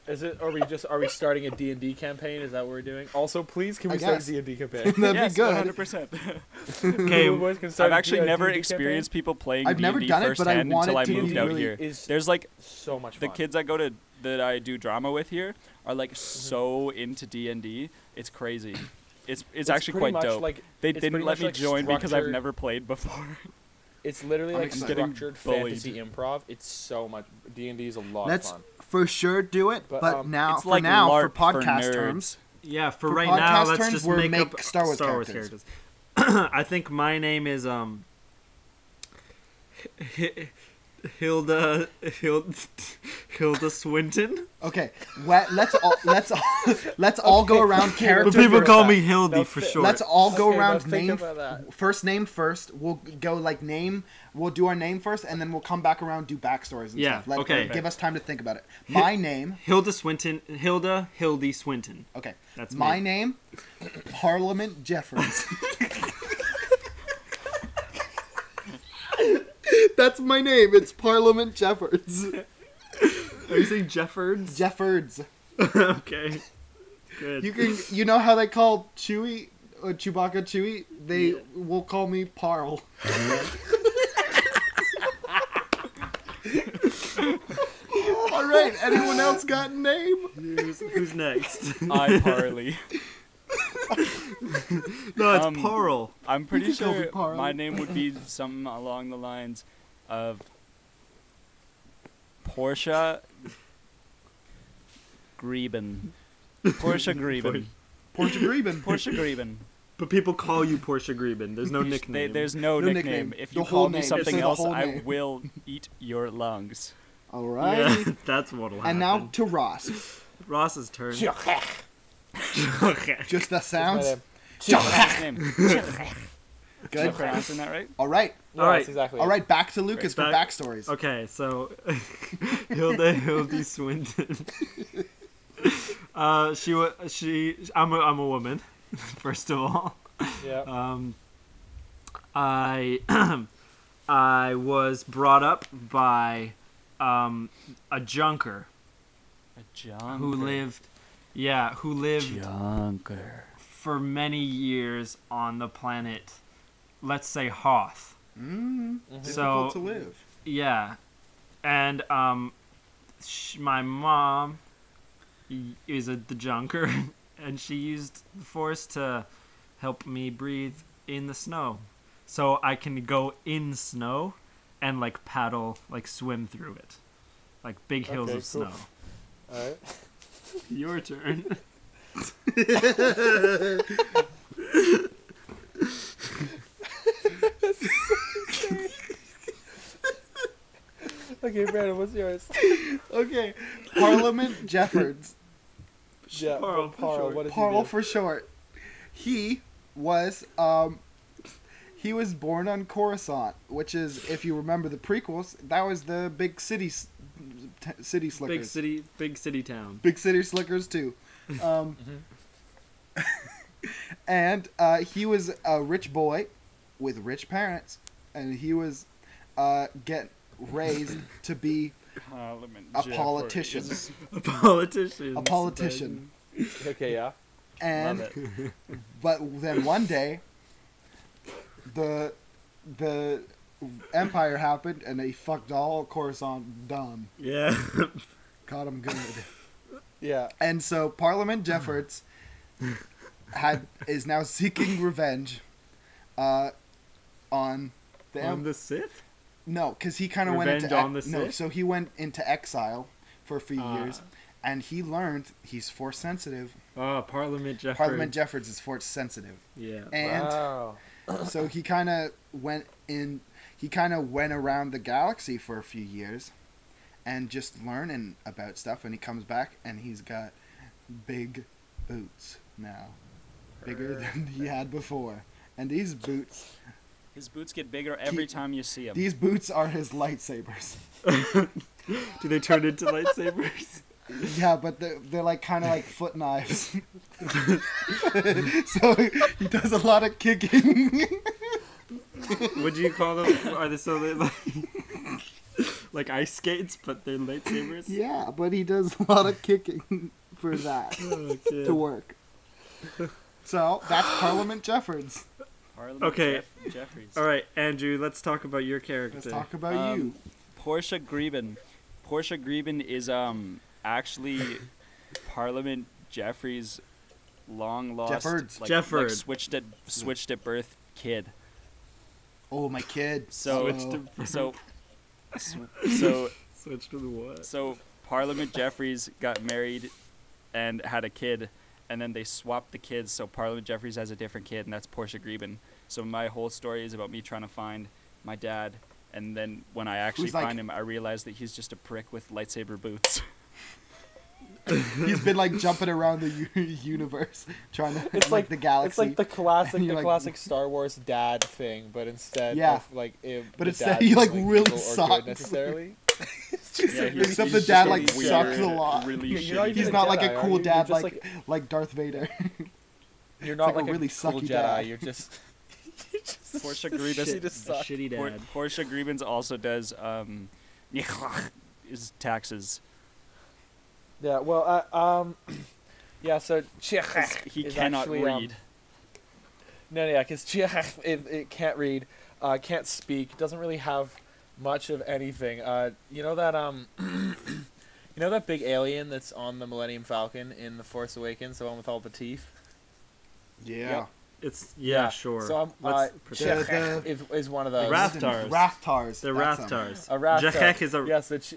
[SPEAKER 3] Is it? Are we just? Are we starting a D and D campaign? Is that what we're doing? Also, please, can
[SPEAKER 1] I
[SPEAKER 3] we start
[SPEAKER 1] guess.
[SPEAKER 3] D and D campaign?
[SPEAKER 1] That'd
[SPEAKER 2] yes,
[SPEAKER 1] be good.
[SPEAKER 2] 100%.
[SPEAKER 4] Okay.
[SPEAKER 3] Little boys can start
[SPEAKER 2] I've
[SPEAKER 3] a
[SPEAKER 2] actually
[SPEAKER 3] D- a
[SPEAKER 2] never
[SPEAKER 3] D&D
[SPEAKER 2] experienced people playing
[SPEAKER 1] I've
[SPEAKER 2] D&D
[SPEAKER 1] never done it, but I
[SPEAKER 2] firsthand until
[SPEAKER 1] wanted
[SPEAKER 2] I
[SPEAKER 1] to.
[SPEAKER 2] moved
[SPEAKER 1] D&D
[SPEAKER 2] out
[SPEAKER 1] really
[SPEAKER 2] here.
[SPEAKER 3] is-
[SPEAKER 2] There's like
[SPEAKER 3] campaign? So much
[SPEAKER 2] the
[SPEAKER 3] fun.
[SPEAKER 2] kids I go to that I do drama with here are like
[SPEAKER 1] Mm-hmm.
[SPEAKER 2] so into D&D. It's crazy. It's it's, actually
[SPEAKER 3] pretty
[SPEAKER 2] quite
[SPEAKER 3] much
[SPEAKER 2] dope.
[SPEAKER 3] Like
[SPEAKER 2] they
[SPEAKER 3] it's
[SPEAKER 2] didn't
[SPEAKER 3] pretty
[SPEAKER 2] let
[SPEAKER 3] much
[SPEAKER 2] me
[SPEAKER 3] like
[SPEAKER 2] join because I've
[SPEAKER 3] structured-
[SPEAKER 2] never played before.
[SPEAKER 3] It's literally
[SPEAKER 1] I'm
[SPEAKER 3] like
[SPEAKER 1] excited.
[SPEAKER 3] structured
[SPEAKER 2] Getting
[SPEAKER 3] fantasy improv. It's so much. D and D is a lot
[SPEAKER 1] Let's
[SPEAKER 3] of fun.
[SPEAKER 1] for sure do it. But,
[SPEAKER 3] But, um,
[SPEAKER 1] now,
[SPEAKER 2] it's
[SPEAKER 1] for
[SPEAKER 2] like
[SPEAKER 1] now,
[SPEAKER 2] LARP
[SPEAKER 1] for podcast
[SPEAKER 2] nerds.
[SPEAKER 1] terms,
[SPEAKER 4] Yeah. For,
[SPEAKER 1] For
[SPEAKER 4] right now,
[SPEAKER 1] podcast
[SPEAKER 4] let's
[SPEAKER 1] terms,
[SPEAKER 4] just
[SPEAKER 1] we're
[SPEAKER 4] make,
[SPEAKER 1] make
[SPEAKER 4] up
[SPEAKER 1] Star Wars characters.
[SPEAKER 4] characters. I think my name is um. Hilda Hilda Hilda Swinton.
[SPEAKER 1] Okay, let, let's all let's all, let's all go
[SPEAKER 3] Okay.
[SPEAKER 1] around
[SPEAKER 3] But
[SPEAKER 1] character.
[SPEAKER 4] But people
[SPEAKER 1] first.
[SPEAKER 4] call
[SPEAKER 3] that.
[SPEAKER 4] me Hildy
[SPEAKER 3] That's
[SPEAKER 4] for
[SPEAKER 3] it.
[SPEAKER 4] short.
[SPEAKER 1] Let's all go
[SPEAKER 3] Okay,
[SPEAKER 1] around
[SPEAKER 3] let's think
[SPEAKER 1] name
[SPEAKER 3] about that.
[SPEAKER 1] first name first. We'll go like name. We'll do our name first, and then we'll come back around do backstories and
[SPEAKER 4] Yeah,
[SPEAKER 1] stuff. Let,
[SPEAKER 4] okay.
[SPEAKER 1] Give us time to think about it. My name.
[SPEAKER 4] Hilda Swinton. Hilda Hildy Swinton.
[SPEAKER 1] Okay.
[SPEAKER 4] That's
[SPEAKER 1] my
[SPEAKER 4] me.
[SPEAKER 1] name. Parliament Jeffers. That's my name. It's Parliament Jeffords.
[SPEAKER 4] Are you saying Jeffords?
[SPEAKER 1] Jeffords.
[SPEAKER 4] okay. Good.
[SPEAKER 1] You can. You know how they call Chewy, uh, Chewbacca Chewy. They will call me Parl. All right. Anyone else got a name?
[SPEAKER 4] who's, who's next?
[SPEAKER 2] I Parley.
[SPEAKER 4] no, it's
[SPEAKER 2] Um,
[SPEAKER 4] Parl.
[SPEAKER 2] I'm pretty
[SPEAKER 1] could go with
[SPEAKER 2] sure
[SPEAKER 1] Parley.
[SPEAKER 2] my name would be something along the lines of Portia Grieben. Portia Grieben.
[SPEAKER 1] Portia Grieben.
[SPEAKER 2] Portia Grieben.
[SPEAKER 4] But people call you Portia Grieben. There's no
[SPEAKER 2] They-
[SPEAKER 4] nickname.
[SPEAKER 2] there's no,
[SPEAKER 1] No
[SPEAKER 2] nickname.
[SPEAKER 1] nickname.
[SPEAKER 2] If
[SPEAKER 1] The
[SPEAKER 2] you
[SPEAKER 1] whole
[SPEAKER 2] call me
[SPEAKER 1] name. It
[SPEAKER 2] something
[SPEAKER 1] says the
[SPEAKER 2] else,
[SPEAKER 1] whole
[SPEAKER 2] I
[SPEAKER 1] name.
[SPEAKER 2] will eat your lungs.
[SPEAKER 1] All right.
[SPEAKER 4] yeah, that's what'll happen.
[SPEAKER 1] And now to Ross.
[SPEAKER 4] Ross's turn. okay.
[SPEAKER 1] Just the
[SPEAKER 3] That's my
[SPEAKER 1] sounds.
[SPEAKER 3] name.
[SPEAKER 2] That's his name. Am I
[SPEAKER 1] Good.
[SPEAKER 2] pronouncing that right?
[SPEAKER 1] All right.
[SPEAKER 3] No,
[SPEAKER 4] All right.
[SPEAKER 3] That's exactly.
[SPEAKER 1] All
[SPEAKER 3] it.
[SPEAKER 1] right. Back to Lucas for
[SPEAKER 4] Back-
[SPEAKER 1] backstories.
[SPEAKER 4] Okay, so Hilda Hildy Swinton. uh, she was she. I'm a, I'm a woman, first of all.
[SPEAKER 3] Yeah.
[SPEAKER 2] Uh,
[SPEAKER 4] Um, I I was brought up by um, a junker
[SPEAKER 2] A junker.
[SPEAKER 4] who lived, yeah, who lived
[SPEAKER 2] Junker.
[SPEAKER 4] for many years on the planet, let's say Hoth.
[SPEAKER 1] Mm,
[SPEAKER 4] So-
[SPEAKER 1] difficult to live.
[SPEAKER 4] Yeah, and um, sh- my mom y- is a the junker, and she used the force to help me breathe in the snow, so I can go in snow and like paddle, like swim through it, like big hills
[SPEAKER 3] Okay,
[SPEAKER 4] of
[SPEAKER 3] cool.
[SPEAKER 4] snow.
[SPEAKER 3] All right.
[SPEAKER 4] Your turn.
[SPEAKER 3] Okay, Brandon, what's yours?
[SPEAKER 1] Okay. Parliament Jeffords.
[SPEAKER 3] Yeah,
[SPEAKER 4] Parl, for
[SPEAKER 3] Parl,
[SPEAKER 4] short.
[SPEAKER 3] what did
[SPEAKER 1] Parl
[SPEAKER 3] you do?
[SPEAKER 1] for short. He was um he was born on Coruscant, which is if you remember the prequels, that was the big city s- t- city slickers.
[SPEAKER 4] Big city, big city town.
[SPEAKER 1] Big City Slickers too. Um, and uh, he was a rich boy with rich parents, and he was uh, get raised to be
[SPEAKER 2] Parliament.
[SPEAKER 1] A
[SPEAKER 2] Jeffrey.
[SPEAKER 1] politician.
[SPEAKER 2] Is-
[SPEAKER 4] A politician.
[SPEAKER 1] a politician.
[SPEAKER 3] Okay, yeah.
[SPEAKER 1] And
[SPEAKER 2] Love it.
[SPEAKER 1] But then one day, the the empire happened, and they fucked all Coruscant dumb.
[SPEAKER 4] Yeah.
[SPEAKER 1] Caught him good.
[SPEAKER 3] Yeah.
[SPEAKER 1] And so Parliament Jeffords had is now seeking revenge, uh, on the,
[SPEAKER 4] On
[SPEAKER 1] em-
[SPEAKER 4] the Sith.
[SPEAKER 1] no, because he kind of went
[SPEAKER 4] Revenge
[SPEAKER 1] into
[SPEAKER 4] on the
[SPEAKER 1] no,
[SPEAKER 4] Sith?
[SPEAKER 1] so he went into exile for a few
[SPEAKER 4] Ah.
[SPEAKER 1] years, and he learned he's force sensitive.
[SPEAKER 4] Oh, Parliament Jeffrey.
[SPEAKER 1] Parliament Jeffords is force sensitive,
[SPEAKER 4] yeah.
[SPEAKER 1] and
[SPEAKER 3] wow.
[SPEAKER 1] so he kind of went in he kind of went around the galaxy for a few years and just learning about stuff and he comes back and he's got big boots now bigger than he had before and these boots
[SPEAKER 2] His boots get bigger every time you see him.
[SPEAKER 1] these boots are his lightsabers
[SPEAKER 4] Do they turn into lightsabers?
[SPEAKER 1] yeah but they're, they're like kind of like foot knives so he does a lot of kicking
[SPEAKER 4] What do you call them? Are they so they like like ice skates, but they're lightsabers?
[SPEAKER 1] yeah but he does a lot of kicking for that
[SPEAKER 4] Okay.
[SPEAKER 1] to work. So that's Parliament Jeffords.
[SPEAKER 2] Parliament
[SPEAKER 4] Okay.
[SPEAKER 2] Jeff- Jeffries.
[SPEAKER 4] All right, Andrew. Let's talk about your character.
[SPEAKER 1] Let's talk about
[SPEAKER 2] Um,
[SPEAKER 1] you.
[SPEAKER 2] Portia Grieben. Portia Grieben is um actually Parliament Jeffrey's long lost
[SPEAKER 1] Jeffords.
[SPEAKER 2] Like,
[SPEAKER 4] Jefford.
[SPEAKER 2] like switched at switched at birth kid.
[SPEAKER 1] Oh, my kid.
[SPEAKER 2] So
[SPEAKER 4] Switched
[SPEAKER 1] So-
[SPEAKER 4] to
[SPEAKER 2] so so
[SPEAKER 4] switch to the what?
[SPEAKER 2] so Parliament Jeffries got married and had a kid and then they swapped the kids so Parliament Jeffries has a different kid and that's Portia Grieben. So my whole story is about me trying to find my dad And then when I actually
[SPEAKER 1] Who's, like-
[SPEAKER 2] find him, I realize that he's just a prick with lightsaber boots.
[SPEAKER 1] He's been like jumping around the u- universe trying to
[SPEAKER 3] It's like,
[SPEAKER 1] the galaxy.
[SPEAKER 3] It's like the classic,
[SPEAKER 1] And
[SPEAKER 3] the
[SPEAKER 1] you're like-
[SPEAKER 3] classic Star Wars dad thing, but instead,
[SPEAKER 1] Yeah.
[SPEAKER 3] of, like, it,
[SPEAKER 1] But
[SPEAKER 3] the
[SPEAKER 1] instead
[SPEAKER 3] dad
[SPEAKER 1] he,
[SPEAKER 3] being,
[SPEAKER 1] like, really
[SPEAKER 3] evil or good
[SPEAKER 1] sucks.
[SPEAKER 3] necessarily.
[SPEAKER 2] Yeah, he's-
[SPEAKER 1] Except
[SPEAKER 2] he's
[SPEAKER 1] the dad
[SPEAKER 2] just
[SPEAKER 1] like
[SPEAKER 2] weird,
[SPEAKER 1] sucks a lot.
[SPEAKER 2] Really
[SPEAKER 3] Yeah, you're not
[SPEAKER 2] shitty
[SPEAKER 3] even
[SPEAKER 1] He's
[SPEAKER 3] a
[SPEAKER 1] not like
[SPEAKER 3] Jedi,
[SPEAKER 1] a
[SPEAKER 3] are
[SPEAKER 1] cool
[SPEAKER 3] you? You're
[SPEAKER 1] dad like,
[SPEAKER 3] just
[SPEAKER 1] like
[SPEAKER 3] like-
[SPEAKER 1] Darth Vader.
[SPEAKER 3] You're
[SPEAKER 1] like
[SPEAKER 3] not
[SPEAKER 1] a
[SPEAKER 3] like, a
[SPEAKER 1] really
[SPEAKER 3] cool
[SPEAKER 1] sucky
[SPEAKER 3] Jedi.
[SPEAKER 1] dad.
[SPEAKER 3] You're just
[SPEAKER 4] Shit,
[SPEAKER 2] Portia Grievous.
[SPEAKER 3] just
[SPEAKER 4] a
[SPEAKER 3] suck.
[SPEAKER 4] shitty
[SPEAKER 2] Por-
[SPEAKER 4] dad.
[SPEAKER 2] Portia Grievous also does um, is taxes.
[SPEAKER 3] yeah. Well, uh, um, yeah. So Chekh
[SPEAKER 2] He
[SPEAKER 3] is
[SPEAKER 2] cannot
[SPEAKER 3] actually, um,
[SPEAKER 2] read.
[SPEAKER 3] No, no, yeah, because it, it can't read, uh, can't speak, doesn't really have much of anything. Uh, you know that um, you know that big alien that's on the Millennium Falcon in the Force Awakens, the one with all the teeth.
[SPEAKER 1] Yeah.
[SPEAKER 4] It's yeah, sure.
[SPEAKER 3] So I'm uh,
[SPEAKER 4] Let's
[SPEAKER 1] pretend- The-
[SPEAKER 3] Chekh
[SPEAKER 1] the-
[SPEAKER 3] is, is one of those.
[SPEAKER 4] Raft- Raptars.
[SPEAKER 1] Raftars.
[SPEAKER 4] They're
[SPEAKER 1] that's 'em.
[SPEAKER 4] Raptars.
[SPEAKER 3] a raftar.
[SPEAKER 4] Jekek is a
[SPEAKER 3] yeah. So Ch-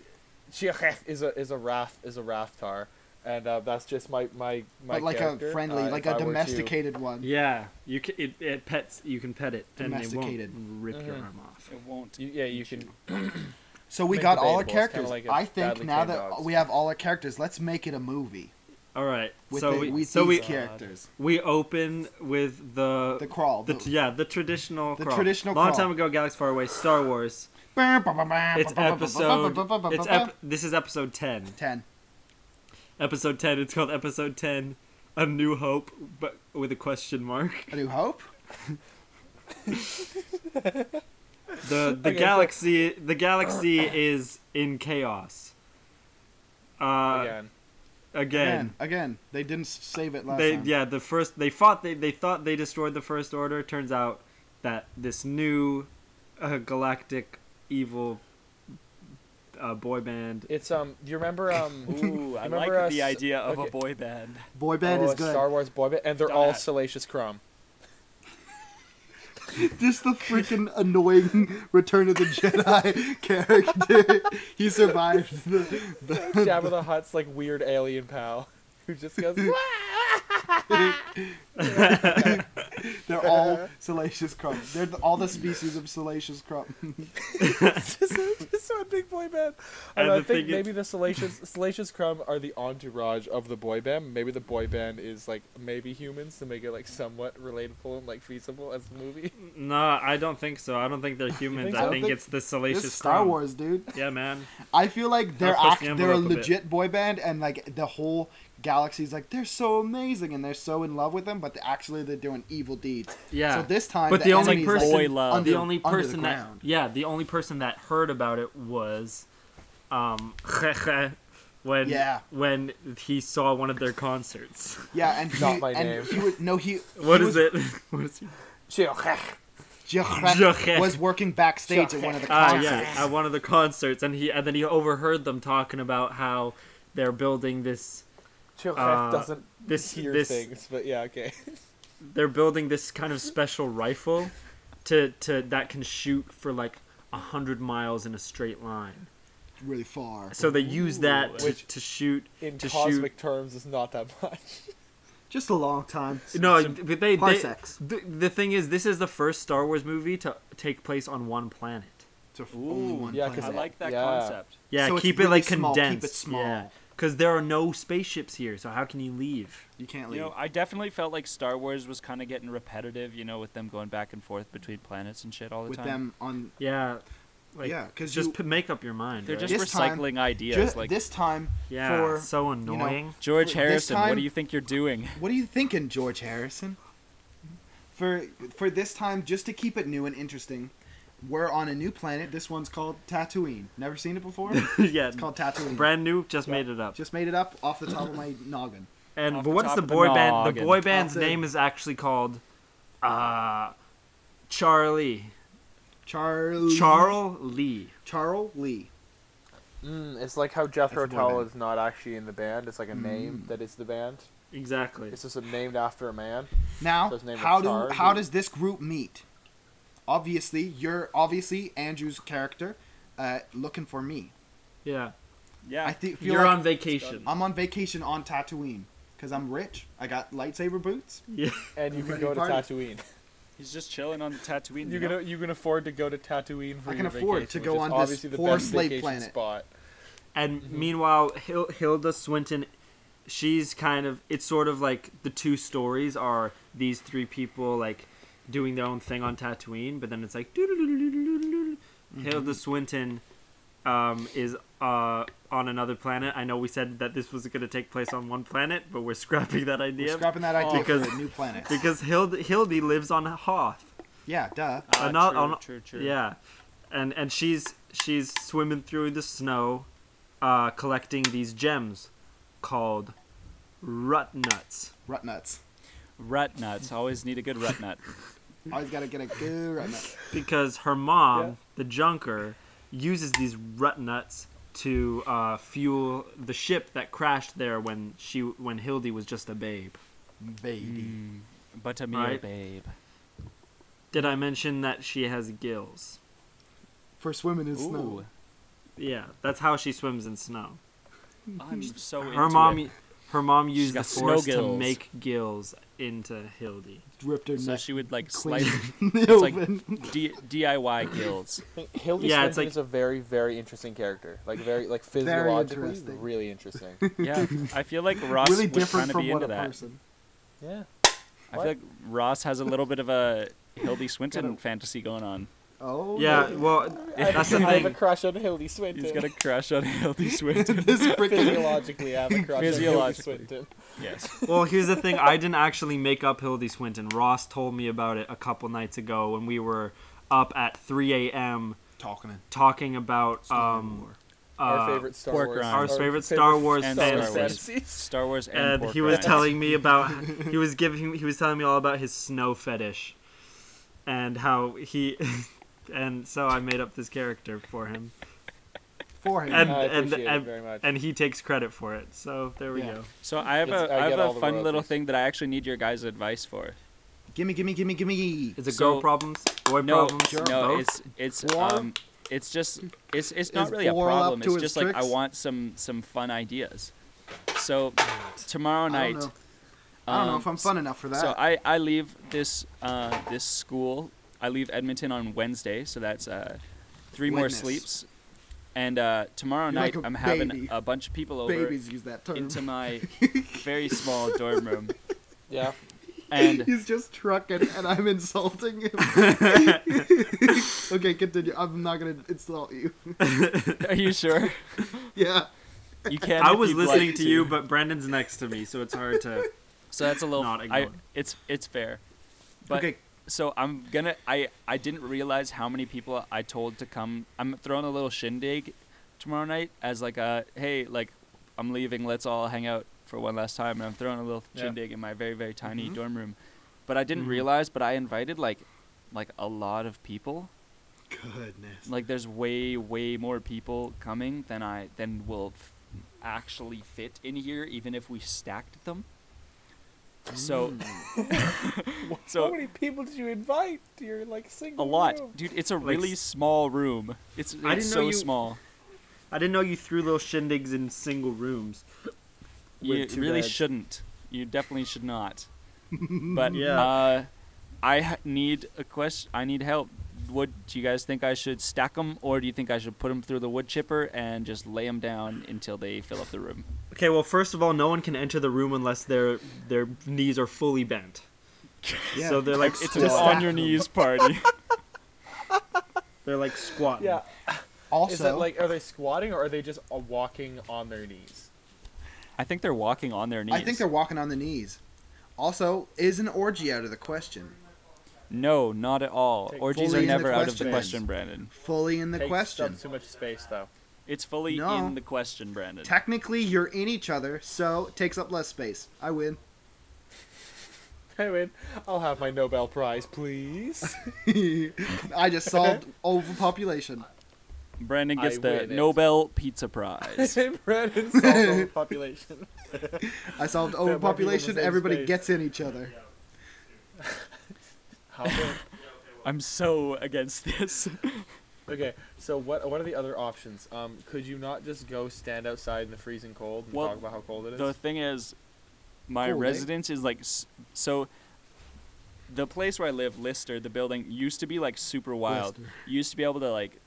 [SPEAKER 3] Chekh is a is a raft is a raftar, and uh, that's just my my my
[SPEAKER 1] But like
[SPEAKER 3] character.
[SPEAKER 1] a friendly,
[SPEAKER 3] Uh, if
[SPEAKER 1] like
[SPEAKER 3] I
[SPEAKER 1] a
[SPEAKER 3] were to-
[SPEAKER 1] domesticated one.
[SPEAKER 4] yeah. You can, it, it pets. You can pet it, and it
[SPEAKER 1] Domesticated.
[SPEAKER 4] won't rip your
[SPEAKER 3] Mhm.
[SPEAKER 4] arm off.
[SPEAKER 2] It won't.
[SPEAKER 3] You, yeah, you can.
[SPEAKER 1] So we
[SPEAKER 3] Make
[SPEAKER 1] got all our
[SPEAKER 3] debatables, kinda
[SPEAKER 1] characters.
[SPEAKER 3] like a
[SPEAKER 1] I think
[SPEAKER 3] badly
[SPEAKER 1] now
[SPEAKER 3] trained
[SPEAKER 1] that
[SPEAKER 3] dogs.
[SPEAKER 1] we have all our characters, let's make it a movie
[SPEAKER 4] All right.
[SPEAKER 1] with
[SPEAKER 4] so
[SPEAKER 1] the,
[SPEAKER 4] we
[SPEAKER 1] with
[SPEAKER 4] so
[SPEAKER 1] these
[SPEAKER 4] we
[SPEAKER 1] characters.
[SPEAKER 4] we open with the
[SPEAKER 1] The crawl.
[SPEAKER 4] the, yeah the traditional
[SPEAKER 1] The
[SPEAKER 4] crawl.
[SPEAKER 1] traditional
[SPEAKER 4] long
[SPEAKER 1] crawl.
[SPEAKER 4] time ago galaxy far away Star Wars it's episode it's ep- this is episode 10
[SPEAKER 1] ten.
[SPEAKER 4] episode 10 it's called episode 10 a new hope but with a question mark
[SPEAKER 1] A New Hope.
[SPEAKER 4] the the
[SPEAKER 3] Okay, so-
[SPEAKER 4] galaxy the galaxy is in chaos uh again,
[SPEAKER 3] again.
[SPEAKER 1] Again, again, they didn't s- save it last
[SPEAKER 4] they
[SPEAKER 1] time.
[SPEAKER 4] yeah the first they thought they, they thought they destroyed the first order turns out that this new uh, galactic evil uh, boy band
[SPEAKER 3] It's um. Do you remember um?
[SPEAKER 2] Ooh, I like
[SPEAKER 3] Remember us-
[SPEAKER 2] the idea of a
[SPEAKER 3] okay.
[SPEAKER 2] boy band.
[SPEAKER 1] Boy band
[SPEAKER 3] oh,
[SPEAKER 1] is
[SPEAKER 3] a
[SPEAKER 1] good.
[SPEAKER 3] Star Wars boy band, and they're all
[SPEAKER 2] Donut.
[SPEAKER 3] Salacious Crumb.
[SPEAKER 1] Just the freaking annoying Return of the Jedi character. he survived the, the
[SPEAKER 3] Jabba the Hutt's like weird alien pal who just goes. "Wah!"
[SPEAKER 1] They're
[SPEAKER 3] Uh-huh.
[SPEAKER 1] all Salacious Crumb. They're the, all the species of Salacious Crumb.
[SPEAKER 3] It's just, it's so a big boy band. I,
[SPEAKER 4] And
[SPEAKER 3] know, I
[SPEAKER 4] the
[SPEAKER 3] think
[SPEAKER 4] thing is-
[SPEAKER 3] maybe the Salacious Salacious Crumb are the entourage of the boy band. Maybe the boy band is like maybe humans to make it like somewhat relatable and like feasible as a movie.
[SPEAKER 4] No, I don't think so. I don't think they're humans.
[SPEAKER 3] think
[SPEAKER 4] I
[SPEAKER 1] so?
[SPEAKER 4] think
[SPEAKER 1] Think-
[SPEAKER 4] it's the
[SPEAKER 1] This
[SPEAKER 4] salacious
[SPEAKER 1] is Star
[SPEAKER 4] crumb.
[SPEAKER 1] Wars, dude.
[SPEAKER 4] Yeah, man.
[SPEAKER 1] I feel like they're
[SPEAKER 4] push
[SPEAKER 1] act,
[SPEAKER 4] the
[SPEAKER 1] they're a
[SPEAKER 4] envelope a bit.
[SPEAKER 1] legit boy band, and like the whole galaxy's like they're so amazing and they're so in love with them, but actually they're doing evil deeds.
[SPEAKER 4] Yeah.
[SPEAKER 1] So this time,
[SPEAKER 4] But the only
[SPEAKER 1] enemy's, like,
[SPEAKER 4] person-
[SPEAKER 2] Boy love.
[SPEAKER 1] under-
[SPEAKER 4] the only
[SPEAKER 1] under the
[SPEAKER 4] person that
[SPEAKER 1] ground.
[SPEAKER 4] yeah, the only person that heard about it was um when
[SPEAKER 1] Yeah.
[SPEAKER 4] when he saw one of their concerts.
[SPEAKER 1] yeah, and he,
[SPEAKER 3] Not my
[SPEAKER 1] and
[SPEAKER 3] name.
[SPEAKER 1] he was no he.
[SPEAKER 4] What
[SPEAKER 1] he
[SPEAKER 4] is
[SPEAKER 1] was,
[SPEAKER 4] it? what is he?
[SPEAKER 3] Chill.
[SPEAKER 1] Jacques was working backstage at one of the
[SPEAKER 4] Ah,
[SPEAKER 1] concerts.
[SPEAKER 4] yeah, at one of the concerts and he and then he overheard them talking about how they're building this
[SPEAKER 3] Chill
[SPEAKER 4] Uh,
[SPEAKER 3] doesn't
[SPEAKER 4] this
[SPEAKER 3] hear
[SPEAKER 4] this
[SPEAKER 3] things, but yeah, okay.
[SPEAKER 4] they're building this kind of special rifle to to that can shoot for like a hundred miles in a straight line.
[SPEAKER 1] really far.
[SPEAKER 4] So they use that to,
[SPEAKER 3] Which-
[SPEAKER 4] to shoot
[SPEAKER 3] In
[SPEAKER 4] to
[SPEAKER 3] cosmic terms, is not that much.
[SPEAKER 1] Just a long time.
[SPEAKER 4] shoot. No, but they, they
[SPEAKER 1] Parsecs.
[SPEAKER 4] the, the thing is, this is the first Star Wars movie to take place on one planet.
[SPEAKER 1] To f-
[SPEAKER 2] Ooh.
[SPEAKER 1] only one
[SPEAKER 3] Yeah,
[SPEAKER 1] planet.
[SPEAKER 3] 'cause
[SPEAKER 2] I like that
[SPEAKER 3] Yeah.
[SPEAKER 2] concept.
[SPEAKER 4] Yeah,
[SPEAKER 1] So it's
[SPEAKER 4] keep it
[SPEAKER 1] really
[SPEAKER 4] like
[SPEAKER 1] small, keep it
[SPEAKER 4] condensed.
[SPEAKER 1] small.
[SPEAKER 4] because there are no spaceships here, so how can you leave?
[SPEAKER 1] you can't
[SPEAKER 2] You
[SPEAKER 1] leave.
[SPEAKER 2] know, I definitely felt like Star Wars was kind of getting repetitive. You know, with them going back and forth between planets and shit all the
[SPEAKER 1] with
[SPEAKER 2] time.
[SPEAKER 1] them on
[SPEAKER 4] Yeah, like
[SPEAKER 1] Yeah, 'cause
[SPEAKER 4] just
[SPEAKER 1] you-
[SPEAKER 4] p- make up your mind.
[SPEAKER 2] They're
[SPEAKER 4] right?
[SPEAKER 2] just
[SPEAKER 1] This time-
[SPEAKER 2] recycling ideas.
[SPEAKER 1] Ju-
[SPEAKER 2] like
[SPEAKER 1] this time
[SPEAKER 4] yeah,
[SPEAKER 1] for
[SPEAKER 4] so
[SPEAKER 1] know,
[SPEAKER 4] annoying.
[SPEAKER 2] George
[SPEAKER 1] this
[SPEAKER 2] Harrison,
[SPEAKER 1] time-
[SPEAKER 2] what do you think you're doing?
[SPEAKER 1] What are you thinking, George Harrison? For for this time, just to keep it new and interesting, we're on a new planet. This one's called Tatooine. Never seen it before. It's
[SPEAKER 4] yeah,
[SPEAKER 1] called Tatooine.
[SPEAKER 4] brand new, just made it up.
[SPEAKER 1] just made it up off the top of my noggin.
[SPEAKER 4] And
[SPEAKER 2] Off
[SPEAKER 4] but
[SPEAKER 2] the
[SPEAKER 4] what's
[SPEAKER 2] top
[SPEAKER 4] the
[SPEAKER 2] of the
[SPEAKER 4] boy band? The
[SPEAKER 2] noggin.
[SPEAKER 4] boy band's
[SPEAKER 1] the-
[SPEAKER 4] name is actually called uh Charlie.
[SPEAKER 1] Charlie.
[SPEAKER 4] Charl Lee.
[SPEAKER 1] Charles Lee.
[SPEAKER 3] Mm, it's like how Jethro
[SPEAKER 1] That's a boy
[SPEAKER 3] Tull
[SPEAKER 1] band.
[SPEAKER 3] is not actually in the band. It's like a
[SPEAKER 4] Mm.
[SPEAKER 3] name that is the band.
[SPEAKER 4] Exactly.
[SPEAKER 3] It's just a named after a man.
[SPEAKER 1] Now,
[SPEAKER 3] So his name is
[SPEAKER 1] how do
[SPEAKER 3] Charlie.
[SPEAKER 1] how does this group meet? Obviously, you're obviously Andrew's character, uh, looking for me.
[SPEAKER 4] Yeah.
[SPEAKER 2] Yeah,
[SPEAKER 1] I thi- feel
[SPEAKER 4] You're
[SPEAKER 1] like
[SPEAKER 4] on vacation.
[SPEAKER 1] I'm on vacation on Tatooine because I'm rich. I got lightsaber boots.
[SPEAKER 4] Yeah.
[SPEAKER 3] And you can
[SPEAKER 1] Ready
[SPEAKER 3] go to
[SPEAKER 1] party.
[SPEAKER 3] Tatooine.
[SPEAKER 2] He's just chilling on Tatooine.
[SPEAKER 3] You
[SPEAKER 2] know?
[SPEAKER 3] can you can afford to go to Tatooine for
[SPEAKER 1] I can
[SPEAKER 3] your
[SPEAKER 1] afford
[SPEAKER 3] vacation,
[SPEAKER 1] to go
[SPEAKER 3] which is
[SPEAKER 1] on this
[SPEAKER 3] obviously the
[SPEAKER 1] poor
[SPEAKER 3] best
[SPEAKER 1] slave
[SPEAKER 3] vacation
[SPEAKER 1] planet.
[SPEAKER 3] spot.
[SPEAKER 4] And meanwhile, Hil- Hilda Swinton, she's kind of it's sort of like the two stories are these three people like doing their own thing on Tatooine, but then it's like doo-doo-doo-doo-doo-doo-doo. Hilda Swinton um, is uh, on another planet. I know we said that this was going to take place on one planet, but we're scrapping that
[SPEAKER 1] We're
[SPEAKER 4] idea
[SPEAKER 1] scrapping that idea
[SPEAKER 4] because-
[SPEAKER 1] for a new planet.
[SPEAKER 4] because Hilda Hildy lives on Hoth.
[SPEAKER 1] yeah, duh.
[SPEAKER 2] Ah,
[SPEAKER 4] Uh, not-
[SPEAKER 2] true,
[SPEAKER 4] uh, not-
[SPEAKER 2] true, true.
[SPEAKER 4] Yeah, and and she's she's swimming through the snow, uh, collecting these gems, called rut nuts.
[SPEAKER 1] Rut nuts.
[SPEAKER 2] Rut nuts. Always need a good rut nut.
[SPEAKER 1] Always gotta get a good rut nut.
[SPEAKER 4] Because her mom,
[SPEAKER 3] Yeah.
[SPEAKER 4] the junker, uses these rut nuts to uh, fuel the ship that crashed there when she when Hildy was just a babe.
[SPEAKER 1] Baby.
[SPEAKER 2] Mm, but a mere
[SPEAKER 4] Right.
[SPEAKER 2] babe.
[SPEAKER 4] Did I mention that she has gills?
[SPEAKER 1] For swimming in
[SPEAKER 2] Ooh,
[SPEAKER 1] snow.
[SPEAKER 4] Yeah, that's how she swims in snow.
[SPEAKER 2] I'm so into
[SPEAKER 4] Her mom,
[SPEAKER 2] it.
[SPEAKER 4] her mom
[SPEAKER 2] She's
[SPEAKER 4] used the
[SPEAKER 2] got snow
[SPEAKER 4] force to
[SPEAKER 2] gills.
[SPEAKER 4] make gills into Hildy.
[SPEAKER 1] Ripped her
[SPEAKER 2] So
[SPEAKER 1] neck.
[SPEAKER 2] she would like
[SPEAKER 1] clean.
[SPEAKER 2] slice
[SPEAKER 1] it's
[SPEAKER 2] like- D- DIY gills.
[SPEAKER 3] Hildy
[SPEAKER 4] Yeah, it's
[SPEAKER 3] Swinton
[SPEAKER 4] like-
[SPEAKER 3] is a very very interesting character. Like very like physiologically
[SPEAKER 1] interesting.
[SPEAKER 3] really interesting.
[SPEAKER 2] Yeah, I feel like Ross
[SPEAKER 1] really
[SPEAKER 2] would kind
[SPEAKER 1] different
[SPEAKER 2] of
[SPEAKER 1] from
[SPEAKER 2] be
[SPEAKER 1] what
[SPEAKER 2] into
[SPEAKER 1] a
[SPEAKER 2] that.
[SPEAKER 1] person.
[SPEAKER 3] yeah.
[SPEAKER 2] I feel like Ross has a little bit of a Hildy Swinton fantasy going on.
[SPEAKER 1] Oh.
[SPEAKER 4] Yeah, well,
[SPEAKER 3] I,
[SPEAKER 4] that's the
[SPEAKER 3] I have a
[SPEAKER 4] thing.
[SPEAKER 3] crush on Hildy Swinton.
[SPEAKER 2] He's got a crush on Hildy Swinton.
[SPEAKER 1] this freaking.
[SPEAKER 3] Physiologically, I have a crush on Hildy
[SPEAKER 2] Physiologically.
[SPEAKER 3] Swinton.
[SPEAKER 2] yes.
[SPEAKER 4] Well, here's the thing. I didn't actually make up Hildy Swinton. Ross told me about it a couple nights ago when we were up at 3 a.m.
[SPEAKER 1] Talking in.
[SPEAKER 4] talking about
[SPEAKER 1] Star
[SPEAKER 4] um,
[SPEAKER 1] Wars.
[SPEAKER 4] uh,
[SPEAKER 3] our favorite Star
[SPEAKER 2] pork
[SPEAKER 3] Wars.
[SPEAKER 2] rind.
[SPEAKER 4] Our favorite Star Wars
[SPEAKER 2] And
[SPEAKER 4] fan-
[SPEAKER 2] Star Wars. Star Wars and,
[SPEAKER 4] and
[SPEAKER 2] pork
[SPEAKER 4] he was
[SPEAKER 2] rinds.
[SPEAKER 4] telling me about he was giving he was telling me all about his snow fetish and how he and so I made up this character for him
[SPEAKER 1] For him.
[SPEAKER 4] and
[SPEAKER 3] I
[SPEAKER 4] and
[SPEAKER 3] appreciate it
[SPEAKER 4] and,
[SPEAKER 3] very much.
[SPEAKER 4] and he takes credit for it. So there we
[SPEAKER 1] Yeah.
[SPEAKER 4] go.
[SPEAKER 2] So I have
[SPEAKER 3] It's-
[SPEAKER 2] a
[SPEAKER 3] I
[SPEAKER 2] I,
[SPEAKER 3] get
[SPEAKER 2] have
[SPEAKER 3] all
[SPEAKER 2] a
[SPEAKER 3] the
[SPEAKER 2] fun little
[SPEAKER 3] royalties.
[SPEAKER 2] thing that I actually need your guys' advice for.
[SPEAKER 1] gimme, gimme, gimme, gimme.
[SPEAKER 4] Is it
[SPEAKER 2] So-
[SPEAKER 4] girl problems? Boy
[SPEAKER 2] No,
[SPEAKER 4] problems?
[SPEAKER 2] no,
[SPEAKER 4] Both?
[SPEAKER 2] it's it's
[SPEAKER 1] Or-
[SPEAKER 2] um it's just it's it's not
[SPEAKER 1] Is
[SPEAKER 2] really a
[SPEAKER 1] Oral up
[SPEAKER 2] problem.
[SPEAKER 1] to his
[SPEAKER 2] It's just like I
[SPEAKER 1] tricks?
[SPEAKER 2] want some some fun ideas. So tomorrow
[SPEAKER 1] I
[SPEAKER 2] night
[SPEAKER 1] don't know. I don't know
[SPEAKER 2] um,
[SPEAKER 1] if I'm fun enough for that.
[SPEAKER 2] So I, I leave this uh, this school. I leave Edmonton on Wednesday, so that's uh, three more
[SPEAKER 1] Witness.
[SPEAKER 2] sleeps. And uh, tomorrow
[SPEAKER 1] You're
[SPEAKER 2] night,
[SPEAKER 1] like a
[SPEAKER 2] I'm having
[SPEAKER 1] baby.
[SPEAKER 2] a bunch of people over
[SPEAKER 1] Babies use that term.
[SPEAKER 2] into my very small dorm room.
[SPEAKER 3] yeah.
[SPEAKER 2] And
[SPEAKER 1] He's just trucking, and I'm insulting him. okay, continue. I'm not gonna insult you.
[SPEAKER 2] are you sure
[SPEAKER 1] Yeah.
[SPEAKER 2] you can?
[SPEAKER 4] I
[SPEAKER 2] if
[SPEAKER 4] was
[SPEAKER 2] you'd like
[SPEAKER 4] listening to
[SPEAKER 2] to
[SPEAKER 4] you, but Brandon's next to me, so it's hard to.
[SPEAKER 2] so that's a little.
[SPEAKER 4] Not
[SPEAKER 2] I,
[SPEAKER 4] ignored.
[SPEAKER 2] it's it's fair. But
[SPEAKER 1] okay.
[SPEAKER 2] so I'm gonna I I didn't realize how many people I told to come. I'm throwing a little shindig tomorrow night as like a hey like I'm leaving. Let's all hang out for one last time. And I'm throwing a little
[SPEAKER 3] Yeah.
[SPEAKER 2] shindig in my very very tiny
[SPEAKER 1] Mhm.
[SPEAKER 2] dorm room. But I didn't
[SPEAKER 4] Mhm.
[SPEAKER 2] realize. But I invited like like a lot of people.
[SPEAKER 1] Goodness.
[SPEAKER 2] Like there's way way more people coming than I than will f- actually fit in here. Even if we stacked them. So So-
[SPEAKER 3] How many people did you invite to your like
[SPEAKER 2] a
[SPEAKER 3] single room?
[SPEAKER 2] lot, dude. It's a
[SPEAKER 4] Like
[SPEAKER 2] really
[SPEAKER 4] s-
[SPEAKER 2] small room. It's, it's
[SPEAKER 4] I didn't know
[SPEAKER 2] so
[SPEAKER 4] you-
[SPEAKER 2] small.
[SPEAKER 4] I didn't know you threw little shindigs in single rooms.
[SPEAKER 2] you
[SPEAKER 4] with two
[SPEAKER 2] really
[SPEAKER 4] beds.
[SPEAKER 2] shouldn't. You definitely should not. But
[SPEAKER 4] Yeah.
[SPEAKER 2] uh, I ha- need a question. I need help. Would do you guys think I should stack them, or do you think I should put them through the wood chipper and just lay them down until they fill up the room?
[SPEAKER 4] Okay, well, first of all, no one can enter the room unless their their knees are fully bent.
[SPEAKER 1] Yeah.
[SPEAKER 4] So they're like
[SPEAKER 2] It's
[SPEAKER 4] squat.
[SPEAKER 2] an on your knees party.
[SPEAKER 4] They're like squatting.
[SPEAKER 3] Yeah.
[SPEAKER 1] also,
[SPEAKER 3] Is that like are they squatting or are they just uh, walking on their knees?
[SPEAKER 2] I think they're walking on their knees.
[SPEAKER 1] I think they're walking on the knees. Also, is an orgy out of the question?
[SPEAKER 2] no, not at all.
[SPEAKER 3] Take
[SPEAKER 2] Orgies
[SPEAKER 1] fully
[SPEAKER 2] are
[SPEAKER 1] in the
[SPEAKER 2] never out of the
[SPEAKER 1] questions.
[SPEAKER 2] question, Brandon.
[SPEAKER 1] Fully in the
[SPEAKER 3] Takes
[SPEAKER 1] question.
[SPEAKER 3] up too much space though.
[SPEAKER 2] It's fully
[SPEAKER 1] No.
[SPEAKER 2] in the question, Brandon.
[SPEAKER 1] Technically, you're in each other, so it takes up less space. I win.
[SPEAKER 3] I mean, I'll have my Nobel Prize, please.
[SPEAKER 1] I just solved overpopulation.
[SPEAKER 2] Brandon
[SPEAKER 3] I
[SPEAKER 2] gets the
[SPEAKER 3] win it.
[SPEAKER 2] Nobel Pizza Prize.
[SPEAKER 3] Bread and salt on the population.
[SPEAKER 1] I solved
[SPEAKER 3] more people in the
[SPEAKER 1] overpopulation.
[SPEAKER 3] same
[SPEAKER 1] Everybody
[SPEAKER 3] space.
[SPEAKER 1] gets in each other.
[SPEAKER 3] How big?
[SPEAKER 2] I'm so against this.
[SPEAKER 3] Okay, so what what are the other options? Um, could you not just go stand outside in the freezing cold and
[SPEAKER 2] Well,
[SPEAKER 3] talk about how cold it is?
[SPEAKER 2] The thing is, my
[SPEAKER 1] Cool, eh?
[SPEAKER 2] residence is like s- so. the place where I live, Lister, the building used to be like super wild.
[SPEAKER 4] Lister.
[SPEAKER 2] You used to be able to like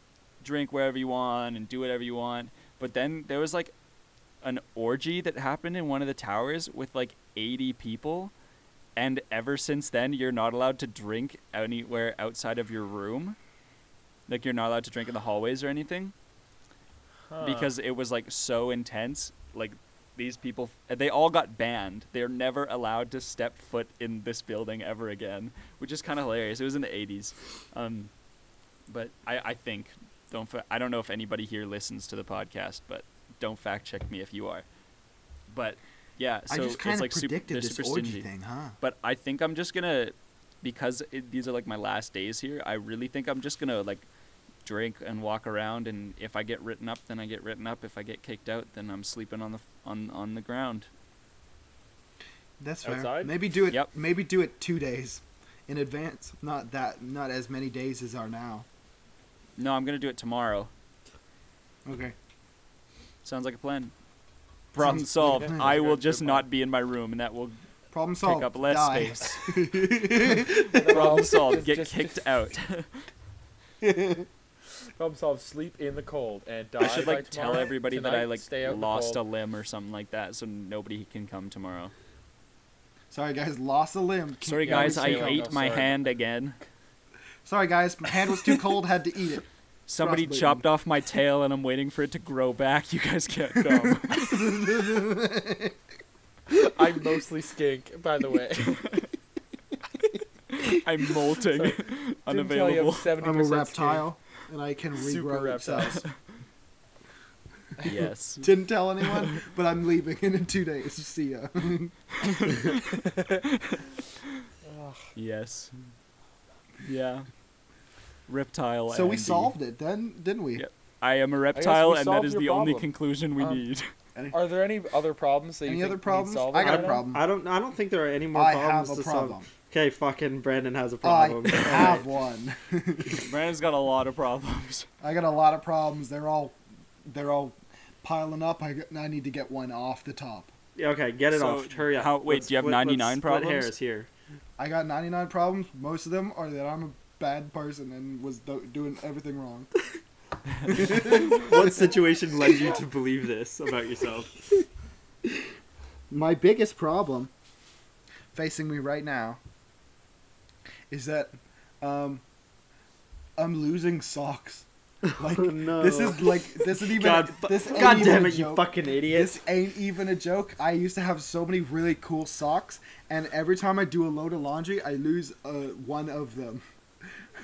[SPEAKER 2] drink wherever you want and do whatever you want. But then there was like an orgy that happened in one of the towers with like 80 people. And ever since then, you're not allowed to drink anywhere outside of your room. Like, you're not allowed to drink in the hallways or anything
[SPEAKER 3] Huh.
[SPEAKER 2] because it was like so intense. Like these people, they all got banned. They're never allowed to step foot in this building ever again, which is kind of hilarious. It was in the '80s, um, but I, I think don't. Fa- I don't know if anybody here listens to the podcast, but don't fact check me if you are. But yeah, so
[SPEAKER 1] I just kind
[SPEAKER 2] it's
[SPEAKER 1] of
[SPEAKER 2] like sup-
[SPEAKER 1] predicted
[SPEAKER 2] they're
[SPEAKER 1] this
[SPEAKER 2] super
[SPEAKER 1] orgy
[SPEAKER 2] stingy
[SPEAKER 1] thing, huh?
[SPEAKER 2] but I think I'm just gonna because it, these are like my last days here. I really think I'm just gonna like drink and walk around, and if I get written up, then I get written up. If I get kicked out, then I'm sleeping on the on on the ground.
[SPEAKER 1] That's fair.
[SPEAKER 3] Outside?
[SPEAKER 1] Maybe do it.
[SPEAKER 2] Yep.
[SPEAKER 1] Maybe do it two days in advance. Not that. Not as many days as are now.
[SPEAKER 2] No, I'm gonna do it tomorrow.
[SPEAKER 1] Okay.
[SPEAKER 2] Sounds like a plan. Problem
[SPEAKER 1] Sounds
[SPEAKER 2] solved.
[SPEAKER 1] like a plan.
[SPEAKER 2] I will
[SPEAKER 3] Good- good
[SPEAKER 2] just
[SPEAKER 3] plan.
[SPEAKER 2] not be in my room, and that will
[SPEAKER 1] Problem solved.
[SPEAKER 2] take up less
[SPEAKER 1] Die.
[SPEAKER 2] space.
[SPEAKER 3] Well,
[SPEAKER 2] Problem
[SPEAKER 3] just-
[SPEAKER 2] solved. Get
[SPEAKER 3] just-
[SPEAKER 2] kicked
[SPEAKER 3] just
[SPEAKER 2] out.
[SPEAKER 3] Problem solved. Sleep in the cold and die.
[SPEAKER 2] I should
[SPEAKER 3] by
[SPEAKER 2] like tell
[SPEAKER 3] tomorrow.
[SPEAKER 2] everybody that
[SPEAKER 3] Tonight,
[SPEAKER 2] I like
[SPEAKER 3] stay out in the
[SPEAKER 2] lost a
[SPEAKER 3] cold.
[SPEAKER 2] limb or something like that, so nobody can come tomorrow.
[SPEAKER 1] Sorry guys, lost a limb. Can't-
[SPEAKER 2] Sorry
[SPEAKER 3] Yeah, we
[SPEAKER 2] guys, I
[SPEAKER 3] say that.
[SPEAKER 2] ate
[SPEAKER 3] No,
[SPEAKER 2] my
[SPEAKER 3] sorry.
[SPEAKER 2] hand again.
[SPEAKER 1] Sorry guys, my hand was too cold. Had to eat it.
[SPEAKER 2] Somebody
[SPEAKER 1] Frostbite
[SPEAKER 2] chopped off my tail and I'm waiting for it to grow back. You guys can't come.
[SPEAKER 3] I'm mostly skink, by the way.
[SPEAKER 2] I'm molting.
[SPEAKER 3] Didn't tell you
[SPEAKER 2] Unavailable.
[SPEAKER 3] I'm 70%
[SPEAKER 1] I'm a
[SPEAKER 3] skink.
[SPEAKER 1] reptile, and I can
[SPEAKER 3] Super
[SPEAKER 1] regrow
[SPEAKER 3] reptiles.
[SPEAKER 1] itself.
[SPEAKER 2] Yes.
[SPEAKER 1] Didn't tell anyone, but I'm leaving in two days. See ya.
[SPEAKER 2] Yes. Yeah. Reptile.
[SPEAKER 1] so we
[SPEAKER 2] Andy.
[SPEAKER 1] solved it, then, didn't we?
[SPEAKER 2] Yep. I am a reptile, and that
[SPEAKER 3] solved
[SPEAKER 2] is
[SPEAKER 3] your
[SPEAKER 2] the only
[SPEAKER 3] problem.
[SPEAKER 2] conclusion we
[SPEAKER 3] Um,
[SPEAKER 2] need.
[SPEAKER 3] Are there any other problems that you
[SPEAKER 1] Any
[SPEAKER 3] think
[SPEAKER 1] other
[SPEAKER 3] we need
[SPEAKER 1] problems?
[SPEAKER 3] solving
[SPEAKER 1] I got
[SPEAKER 3] right
[SPEAKER 1] a
[SPEAKER 3] now?
[SPEAKER 1] problem.
[SPEAKER 4] I don't. I don't think there are any more
[SPEAKER 1] I
[SPEAKER 4] problems
[SPEAKER 1] have a
[SPEAKER 4] to
[SPEAKER 1] problem.
[SPEAKER 4] solve. Okay, fucking Brandon has a problem.
[SPEAKER 1] I have one.
[SPEAKER 2] Brandon's got a lot of problems.
[SPEAKER 1] I got a lot of problems. They're all, they're all piling up. I, I need to get one off the top.
[SPEAKER 4] Yeah, okay, get it
[SPEAKER 2] So,
[SPEAKER 4] off. Hurry up.
[SPEAKER 2] how- wait, do you have
[SPEAKER 4] let- let's
[SPEAKER 2] 99
[SPEAKER 4] split
[SPEAKER 2] problems?
[SPEAKER 4] hairs here.
[SPEAKER 1] I got 99 problems. Most of them are that I'm a bad person and was do- doing everything wrong.
[SPEAKER 4] what situation led you to believe this about yourself?
[SPEAKER 1] My biggest problem facing me right now is that um, I'm losing socks. Like
[SPEAKER 4] Oh, no.
[SPEAKER 1] this is like this is even
[SPEAKER 4] God, fu-
[SPEAKER 1] this ain't
[SPEAKER 4] God
[SPEAKER 1] even
[SPEAKER 4] damn
[SPEAKER 1] a
[SPEAKER 4] it, you
[SPEAKER 1] joke.
[SPEAKER 4] fucking idiot.
[SPEAKER 1] This ain't even a joke. I used to have so many really cool socks, and every time I do a load of laundry, I lose uh, one of them.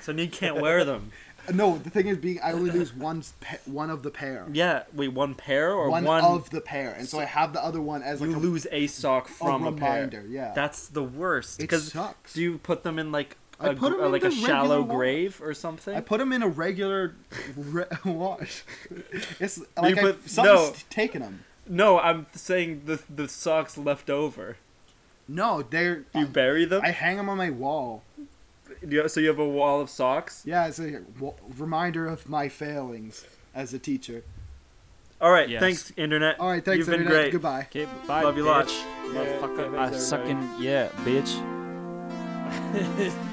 [SPEAKER 4] So you can't wear them.
[SPEAKER 1] No, the thing is, being I only lose one pa- one of the pair,
[SPEAKER 4] Yeah, wait, one pair or
[SPEAKER 1] one,
[SPEAKER 4] one,
[SPEAKER 1] of the pair, and so I have the other one as like
[SPEAKER 4] you
[SPEAKER 1] a,
[SPEAKER 4] lose a sock
[SPEAKER 1] a
[SPEAKER 4] from a, pair.
[SPEAKER 1] reminder. Yeah,
[SPEAKER 4] That's the worst.
[SPEAKER 1] it
[SPEAKER 4] Because
[SPEAKER 1] sucks.
[SPEAKER 4] do you put them in like
[SPEAKER 1] I
[SPEAKER 4] a,
[SPEAKER 1] put 'em
[SPEAKER 4] gr- uh,
[SPEAKER 1] in
[SPEAKER 4] like
[SPEAKER 1] the
[SPEAKER 4] a shallow
[SPEAKER 1] regular wa-
[SPEAKER 4] grave or something?
[SPEAKER 1] I put them in a regular re- wash. It's like I,
[SPEAKER 4] put-
[SPEAKER 1] something's
[SPEAKER 4] no.
[SPEAKER 1] taken them.
[SPEAKER 4] no, I'm saying the the socks left over.
[SPEAKER 1] No, they're.
[SPEAKER 4] You bury them.
[SPEAKER 1] I hang them on my wall.
[SPEAKER 4] Do you- so you have a wall of socks.
[SPEAKER 1] Yeah, it's a w- reminder of my failings as a teacher.
[SPEAKER 4] All right,
[SPEAKER 2] Yes.
[SPEAKER 4] thanks, internet.
[SPEAKER 1] All right, thanks,
[SPEAKER 4] You've been
[SPEAKER 1] internet.
[SPEAKER 4] great.
[SPEAKER 1] Goodbye.
[SPEAKER 2] Okay, bye.
[SPEAKER 4] Love you lots.
[SPEAKER 2] bitch.
[SPEAKER 3] Yeah,
[SPEAKER 2] Motherfucker.
[SPEAKER 3] yeah,
[SPEAKER 2] I
[SPEAKER 3] thanks,
[SPEAKER 2] sucking. Yeah, bitch.